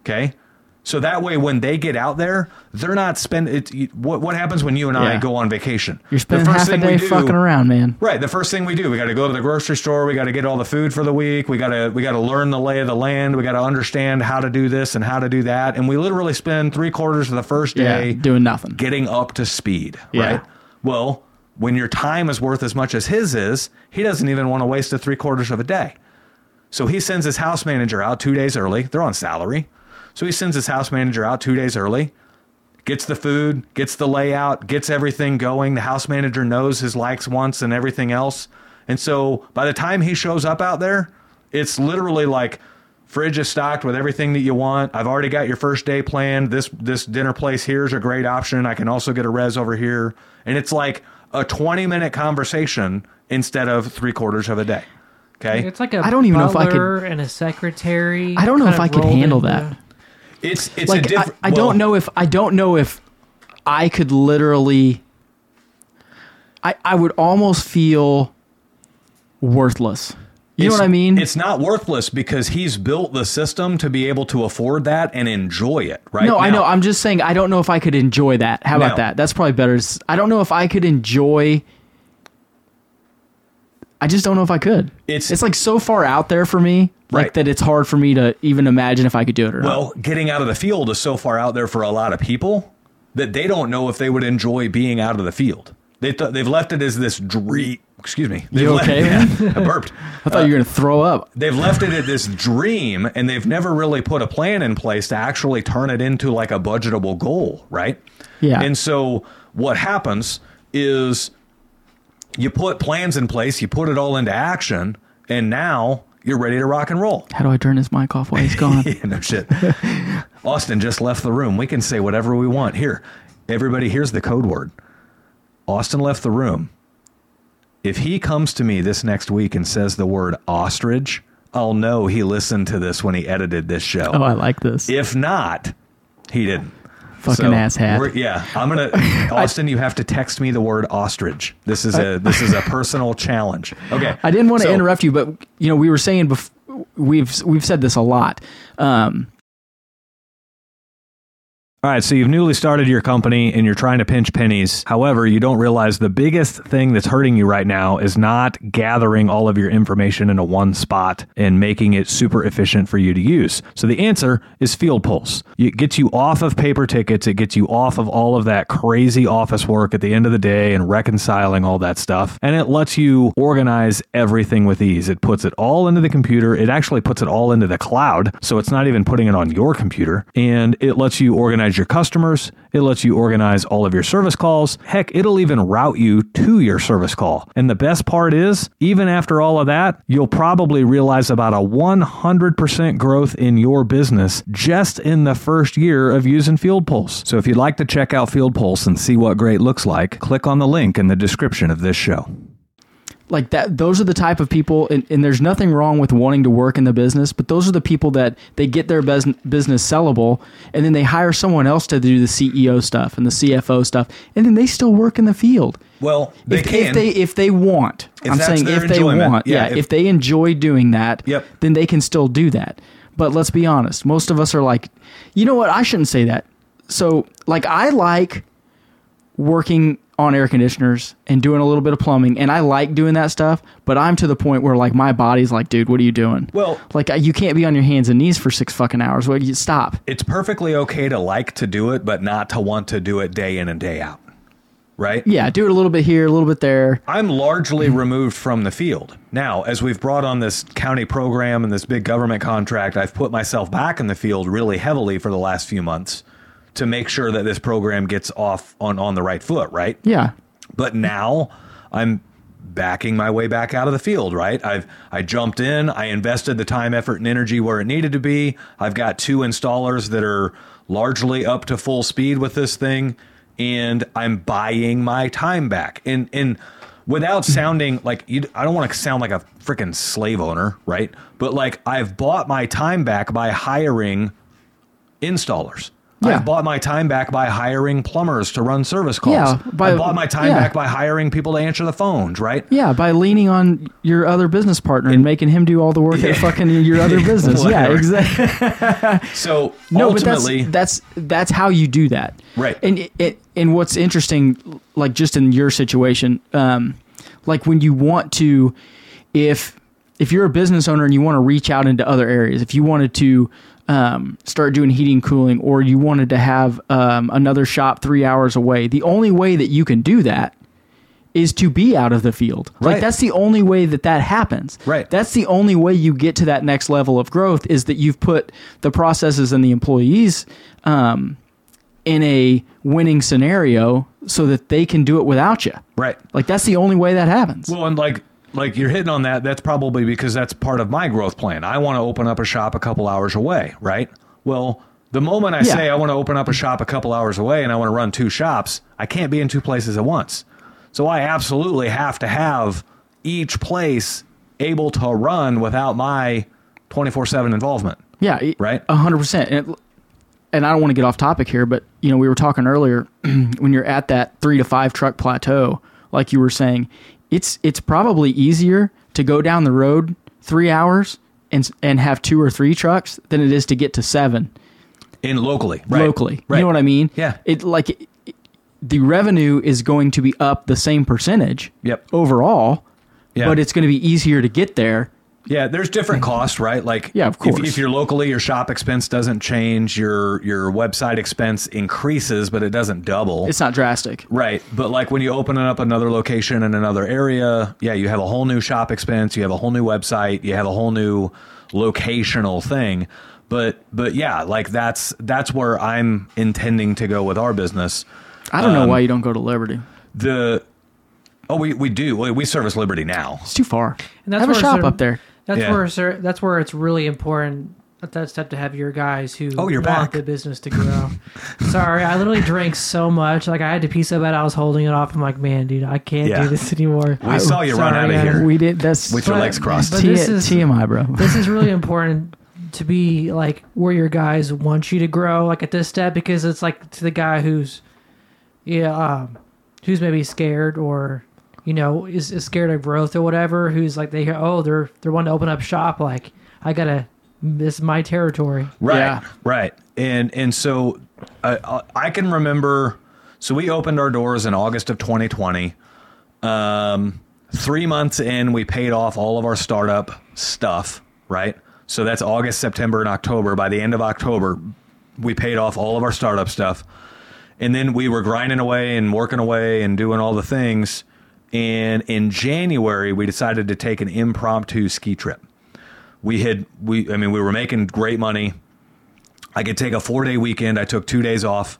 [SPEAKER 1] Okay. So that way, when they get out there, they're not spending. It, what, what happens when you and I
[SPEAKER 2] Yeah.
[SPEAKER 1] go on vacation?
[SPEAKER 2] You're spending half a day fucking around, man.
[SPEAKER 1] Right. The first thing we do, we got to go to the grocery store. We got to get all the food for the week. We got to we got to learn the lay of the land. We got to understand how to do this and how to do that. And we literally spend three quarters of the first
[SPEAKER 2] Yeah,
[SPEAKER 1] day
[SPEAKER 2] doing nothing.
[SPEAKER 1] getting up to speed.
[SPEAKER 2] Yeah.
[SPEAKER 1] Right. Well, when your time is worth as much as his is, he doesn't even want to waste the three quarters of a day. So he sends his house manager out two days early. They're on salary. So he sends his house manager out two days early, gets the food, gets the layout, gets everything going. The house manager knows his likes, wants, and everything else. And so by the time he shows up out there, it's literally like fridge is stocked with everything that you want. I've already got your first day planned. This this dinner place here is a great option. I can also get a res over here. And it's like a 20 minute conversation instead of three quarters of a day. Okay.
[SPEAKER 3] It's like a
[SPEAKER 2] I don't even know if I could-
[SPEAKER 3] butler and a secretary.
[SPEAKER 2] I don't know
[SPEAKER 3] kind
[SPEAKER 2] if
[SPEAKER 3] of
[SPEAKER 2] I could
[SPEAKER 3] rolled
[SPEAKER 2] handle
[SPEAKER 3] into-
[SPEAKER 2] that.
[SPEAKER 1] It's it's a
[SPEAKER 2] like I,
[SPEAKER 1] different.
[SPEAKER 2] I don't know if I don't know if I could literally I I would almost feel worthless. You know what I mean?
[SPEAKER 1] It's not worthless because he's built the system to be able to afford that and enjoy it. Right?
[SPEAKER 2] no, I
[SPEAKER 1] now.
[SPEAKER 2] know. I'm just saying I don't know if I could enjoy that. How
[SPEAKER 1] No.
[SPEAKER 2] about that? That's probably better. S- I don't know if I could enjoy I just don't know if I could.
[SPEAKER 1] It's-
[SPEAKER 2] it's like so far out there for me,
[SPEAKER 1] Right.
[SPEAKER 2] like that it's hard for me to even imagine if I could do it or not.
[SPEAKER 1] well, getting out of the field is so far out there for a lot of people that they don't know if they would enjoy being out of the field. They th- they've left it as this dream. Excuse me. They've
[SPEAKER 2] You
[SPEAKER 1] left-
[SPEAKER 2] okay,
[SPEAKER 1] Yeah,
[SPEAKER 2] man?
[SPEAKER 1] I burped.
[SPEAKER 2] I thought you were
[SPEAKER 1] uh,
[SPEAKER 2] gonna throw up.
[SPEAKER 1] They've left it at this dream, and they've never really put a plan in place to actually turn it into like a budgetable goal, right?
[SPEAKER 2] Yeah.
[SPEAKER 1] And so what happens is you put plans in place, you put it all into action, and now you're ready to rock and roll.
[SPEAKER 2] How do I turn this mic off while he's gone?
[SPEAKER 1] Yeah, no shit. Austin just left the room. We can say whatever we want. Here, everybody, here's the code word. Austin left the room. If he comes to me this next week and says the word ostrich, I'll know he listened to this when he edited this show.
[SPEAKER 2] Oh, I like this.
[SPEAKER 1] If not, he didn't.
[SPEAKER 2] Fucking asshat.
[SPEAKER 1] we're- Yeah, I'm gonna Austin. you have to text me the word ostrich. This is a this is a personal challenge. Okay.
[SPEAKER 2] I didn't want to
[SPEAKER 1] so-
[SPEAKER 2] interrupt you, but you know, we were saying bef- we've we've said this a lot. Um,
[SPEAKER 1] All right, so you've newly started your company and you're trying to pinch pennies. However, you don't realize the biggest thing that's hurting you right now is not gathering all of your information into one spot and making it super efficient for you to use. So the answer is Field Pulse. It gets you off of paper tickets, it gets you off of all of that crazy office work at the end of the day and reconciling all that stuff. And it lets you organize everything with ease. It puts it all into the computer, it actually puts it all into the cloud. So it's not even putting it on your computer. And it lets you organize your customers. It lets you organize all of your service calls. Heck, it'll even route you to your service call. And the best part is, even after all of that, you'll probably realize about a 100% growth in your business just in the first year of using Field Pulse. So if you'd like to check out Field Pulse and see what great looks like, click on the link in the description of this show.
[SPEAKER 2] like that, those are the type of people, and, and there's nothing wrong with wanting to work in the business, but those are the people that they get their bus- business sellable, and then they hire someone else to do the CEO stuff and the CFO stuff, and then they still work in the field.
[SPEAKER 1] Well,
[SPEAKER 2] if, if they if they want,
[SPEAKER 1] If
[SPEAKER 2] I'm
[SPEAKER 1] that's
[SPEAKER 2] saying
[SPEAKER 1] their
[SPEAKER 2] if they
[SPEAKER 1] enjoyment,
[SPEAKER 2] want,
[SPEAKER 1] yeah,
[SPEAKER 2] yeah,
[SPEAKER 1] if-
[SPEAKER 2] if, they enjoy doing that,
[SPEAKER 1] Yep.
[SPEAKER 2] then they can still do that. But let's be honest, most of us are like, you know what? I shouldn't say that. so like I like working on air conditioners and doing a little bit of plumbing and I like doing that stuff, but I'm to the point where like my body's like, dude, what are you doing?
[SPEAKER 1] Well-
[SPEAKER 2] like I- you can't be on your hands and knees for six fucking hours. Well, you stop.
[SPEAKER 1] It's perfectly okay to like to do it, but not to want to do it day in and day out. Right?
[SPEAKER 2] Yeah, do it a little bit here, a little bit there.
[SPEAKER 1] I'm largely removed from the field. Now, as we've brought on this county program and this big government contract, I've put myself back in the field really heavily for the last few months to make sure that this program gets off on, on the right foot, right?
[SPEAKER 2] Yeah.
[SPEAKER 1] But now I'm backing my way back out of the field, right? I've I jumped in, I invested the time, effort, and energy where it needed to be. I've got two installers that are largely up to full speed with this thing, and I'm buying my time back. And and without sounding like you I don't want to sound like a freaking slave owner, right? But like I've bought my time back by hiring installers.
[SPEAKER 2] Yeah.
[SPEAKER 1] I've bought my time back by hiring plumbers to run service calls
[SPEAKER 2] Yeah,
[SPEAKER 1] calls.
[SPEAKER 2] by-
[SPEAKER 1] I bought my time
[SPEAKER 2] yeah.
[SPEAKER 1] back by hiring people to answer the phones, right?
[SPEAKER 2] Yeah, by leaning on your other business partner and making him do all the work at fucking your other business. yeah,
[SPEAKER 1] Whatever.
[SPEAKER 2] exactly.
[SPEAKER 1] So
[SPEAKER 2] no, but that's,
[SPEAKER 1] ultimately,
[SPEAKER 2] that's that's how you do that,
[SPEAKER 1] Right.
[SPEAKER 2] And it- it, and what's interesting, like just in your situation, um, like when you want to, if if you're a business owner and you want to reach out into other areas, if you wanted to um, start doing heating and cooling, or you wanted to have um, another shop three hours away, the only way that you can do that is to be out of the field. Like
[SPEAKER 1] Right.
[SPEAKER 2] that's the only way that that happens.
[SPEAKER 1] Right.
[SPEAKER 2] That's the only way you get to that next level of growth is that you've put the processes and the employees um, in a winning scenario so that they can do it without you.
[SPEAKER 1] right.
[SPEAKER 2] Like that's the only way that happens.
[SPEAKER 1] Well, and like like you're hitting on that. That's probably because that's part of my growth plan. I want to open up a shop a couple hours away, right? Well, the moment I
[SPEAKER 2] Yeah.
[SPEAKER 1] say I want to open up a shop a couple hours away and I want to run two shops, I can't be in two places at once. So I absolutely have to have each place able to run without my 24/7 involvement.
[SPEAKER 2] yeah. it-
[SPEAKER 1] Right.
[SPEAKER 2] A hundred percent. And it- and I don't want to get off topic here, but you know, we were talking earlier when you're at that three to five truck plateau, like you were saying, it's it's probably easier to go down the road three hours and s- and have two or three trucks than it is to get to seven
[SPEAKER 1] In locally, right.
[SPEAKER 2] locally.
[SPEAKER 1] Right.
[SPEAKER 2] You know what I mean?
[SPEAKER 1] Yeah.
[SPEAKER 2] It like it, it- the revenue is going to be up the same percentage.
[SPEAKER 1] Yep.
[SPEAKER 2] Overall,
[SPEAKER 1] Yeah.
[SPEAKER 2] but it's going to be easier to get there.
[SPEAKER 1] Yeah, there's different costs, right? Like,
[SPEAKER 2] Yeah, of
[SPEAKER 1] if-
[SPEAKER 2] course.
[SPEAKER 1] If, you're locally, your shop expense doesn't change, your your website expense increases, but it doesn't double.
[SPEAKER 2] It's not drastic.
[SPEAKER 1] right, but like when you open it up another location in another area, yeah, you have a whole new shop expense, you have a whole new website, you have a whole new locational thing. But but yeah, like that's that's where I'm intending to go with our business.
[SPEAKER 2] I
[SPEAKER 1] Um,
[SPEAKER 2] don't know why you don't go to Liberty.
[SPEAKER 1] The oh, we we do we, we service Liberty now.
[SPEAKER 2] It's too far.
[SPEAKER 3] And that's
[SPEAKER 2] Have a
[SPEAKER 3] where
[SPEAKER 2] shop
[SPEAKER 3] certain-
[SPEAKER 2] up there.
[SPEAKER 3] That's
[SPEAKER 1] Yeah.
[SPEAKER 3] where cer- that's where it's really important at that step to have your guys who
[SPEAKER 1] Oh, you're back.
[SPEAKER 3] want the business to grow. Sorry, I literally drank so much. Like I had to pee so bad I was holding it off. I'm like, man, dude, I can't
[SPEAKER 1] Yeah.
[SPEAKER 3] do this anymore.
[SPEAKER 2] Oh,
[SPEAKER 1] We saw you run
[SPEAKER 3] Sorry,
[SPEAKER 1] out of
[SPEAKER 3] guys.
[SPEAKER 1] here
[SPEAKER 2] We did. That's
[SPEAKER 1] with your
[SPEAKER 3] But-
[SPEAKER 1] legs crossed.
[SPEAKER 3] but
[SPEAKER 2] T-
[SPEAKER 3] this is-
[SPEAKER 2] TMI, bro.
[SPEAKER 3] this is really important to be like where your guys want you to grow like at this step because it's like to the guy who's yeah um who's maybe scared or you know is, is scared of growth or whatever who's like they hear oh they're they're wanting to open up shop like i gotta this is my territory
[SPEAKER 1] Right.
[SPEAKER 2] Yeah.
[SPEAKER 1] Right. And and so I- I, I can remember. So we opened our doors in August of 2020. Um, three months in, we paid off all of our startup stuff. Right. So that's August, September, and October. By the end of October, we paid off all of our startup stuff, and then we were grinding away and working away and doing all the things. And in January, we decided to take an impromptu ski trip we had we i mean we were making great money i could take a four day weekend i took two days off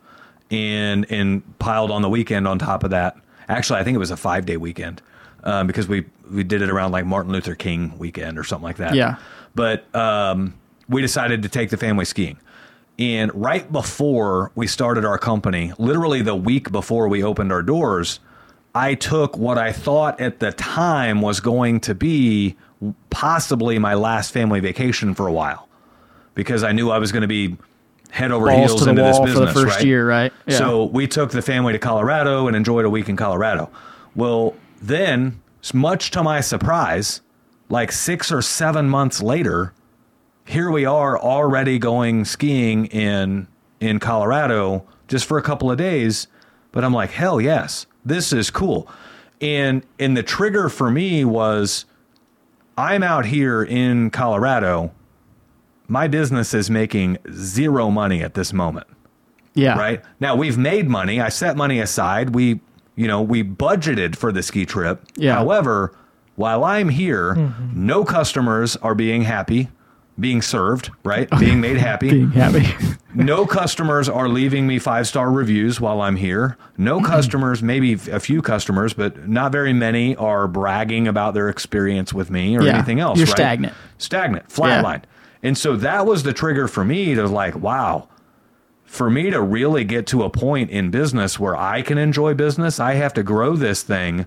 [SPEAKER 1] and and piled on the weekend on top of that actually i think it was a five day weekend um, because we we did it around like martin luther king weekend or something like that
[SPEAKER 2] Yeah.
[SPEAKER 1] but um, we decided to take the family skiing and right before we started our company literally the week before we opened our doors I took what I thought at the time was going to be possibly my last family vacation for a while because I knew I was going to be head over
[SPEAKER 2] Balls
[SPEAKER 1] heels
[SPEAKER 2] to the
[SPEAKER 1] into
[SPEAKER 2] wall
[SPEAKER 1] this
[SPEAKER 2] for the
[SPEAKER 1] business
[SPEAKER 2] first
[SPEAKER 1] right?
[SPEAKER 2] year, right? Yeah.
[SPEAKER 1] So we took the family to Colorado and enjoyed a week in Colorado. Well, then, s- much to my surprise, like six or seven months later, here we are already going skiing in in Colorado just for a couple of days. But I'm like, hell yes, this is cool. And and the trigger for me was I'm out here in Colorado. My business is making zero money at this moment.
[SPEAKER 2] Yeah.
[SPEAKER 1] Right? Now we've made money. I set money aside. We you know, we budgeted for the ski trip.
[SPEAKER 2] Yeah. Mm-hmm.
[SPEAKER 1] However, while I'm here, no customers are being happy, being served, right? Being made happy.
[SPEAKER 2] Oh, Being happy.
[SPEAKER 1] No customers are leaving me five star reviews while I'm here.
[SPEAKER 2] Mm-hmm.
[SPEAKER 1] No customers, maybe f- a few customers, but not very many are bragging about their experience with me or
[SPEAKER 2] Yeah.
[SPEAKER 1] anything else.
[SPEAKER 2] You're
[SPEAKER 1] right?
[SPEAKER 2] stagnant.
[SPEAKER 1] Stagnant, flatlined. And so that was the trigger for me to like, wow, for me to really get to a point in business where I can enjoy business, I have to grow this thing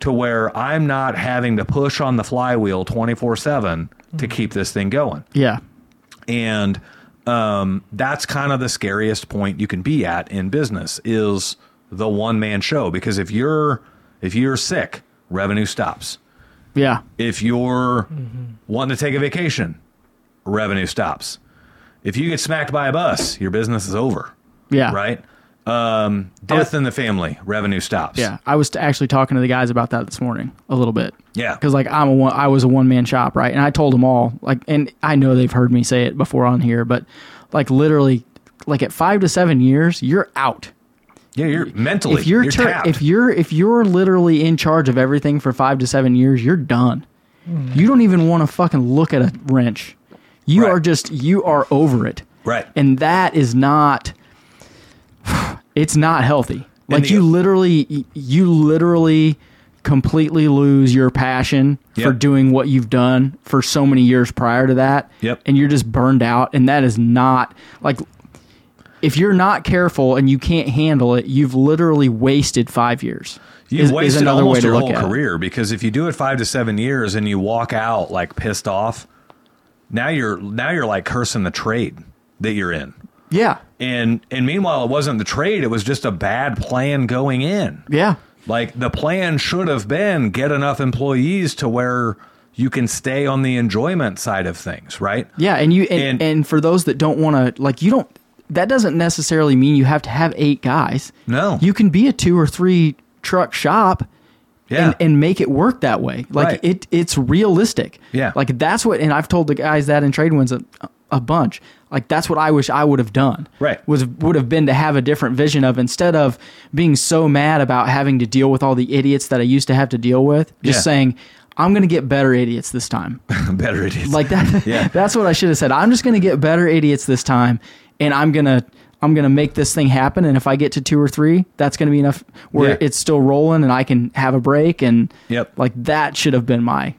[SPEAKER 1] to where I'm not having to push on the flywheel 24 7 to
[SPEAKER 2] Mm-hmm.
[SPEAKER 1] keep this thing going
[SPEAKER 2] yeah.
[SPEAKER 1] and um, that's kind of the scariest point you can be at in business is the one man show because if you're if you're sick revenue stops
[SPEAKER 2] Yeah.
[SPEAKER 1] if you're
[SPEAKER 2] Mm-hmm.
[SPEAKER 1] wanting to take a vacation revenue stops if you get smacked by a bus your business is over
[SPEAKER 2] Yeah.
[SPEAKER 1] right um, death in the family revenue stops
[SPEAKER 2] Oh, Yeah. I was t- actually talking to the guys about that this morning a little bit.
[SPEAKER 1] yeah
[SPEAKER 2] because like I'm a one, I was a one man shop, right? And I told them all, like, and I know they've heard me say it before on here, but like literally, like at five to seven years, you're out.
[SPEAKER 1] yeah you're mentally
[SPEAKER 2] If you're,
[SPEAKER 1] you're
[SPEAKER 2] tur-
[SPEAKER 1] tapped.
[SPEAKER 2] if you're if you're literally in charge of everything for five to seven years, you're done. You don't even want to fucking look at a wrench. You
[SPEAKER 1] Mm-hmm. Right.
[SPEAKER 2] are just you are over it,
[SPEAKER 1] right
[SPEAKER 2] and that is not. It's not healthy.
[SPEAKER 1] And
[SPEAKER 2] Like
[SPEAKER 1] the-
[SPEAKER 2] you literally, you literally completely lose your passion for
[SPEAKER 1] Yep.
[SPEAKER 2] doing doing what you've done for so many years prior to that.
[SPEAKER 1] Yep.
[SPEAKER 2] And you're just burned out. And that is not like if you're not careful and you can't handle it, you've literally wasted five years.
[SPEAKER 1] You've
[SPEAKER 2] is- is
[SPEAKER 1] wasted
[SPEAKER 2] another
[SPEAKER 1] almost
[SPEAKER 2] way to
[SPEAKER 1] your
[SPEAKER 2] look
[SPEAKER 1] whole
[SPEAKER 2] at it.
[SPEAKER 1] career because if you do it five to seven years and you walk out like pissed off, now you're now you're like cursing the trade that you're in.
[SPEAKER 2] Yeah.
[SPEAKER 1] And and meanwhile, it wasn't the trade; it was just a bad plan going in.
[SPEAKER 2] Yeah.
[SPEAKER 1] Like the plan should have been get enough employees to where you can stay on the enjoyment side of things, right?
[SPEAKER 2] Yeah. And you, and,
[SPEAKER 1] And-
[SPEAKER 2] and, for those that don't want to, like, you don't, that doesn't necessarily mean you have to have eight guys.
[SPEAKER 1] No.
[SPEAKER 2] You can be a two or three truck shop
[SPEAKER 1] Yeah,
[SPEAKER 2] and, and make it work that way. Like
[SPEAKER 1] Right.
[SPEAKER 2] it, it's realistic.
[SPEAKER 1] Yeah.
[SPEAKER 2] Like that's what, and I've told the guys that in trade winds a, a bunch. Like that's what I wish I would have done.
[SPEAKER 1] Right.
[SPEAKER 2] Was would have been to have a different vision of instead of being so mad about having to deal with all the idiots that I used to have to deal with. Just
[SPEAKER 1] Yeah.
[SPEAKER 2] saying, I'm going to get better idiots this time.
[SPEAKER 1] better it is.
[SPEAKER 2] Like that.
[SPEAKER 1] Yeah.
[SPEAKER 2] That's what I should have said. I'm just going to get better idiots this time, and I'm gonna. I'm gonna make this thing happen, and if I get to two or three, that's gonna be enough. Where
[SPEAKER 1] Yeah.
[SPEAKER 2] it's still rolling, and I can have a break, and
[SPEAKER 1] Yep. Oh.
[SPEAKER 2] like that should have been my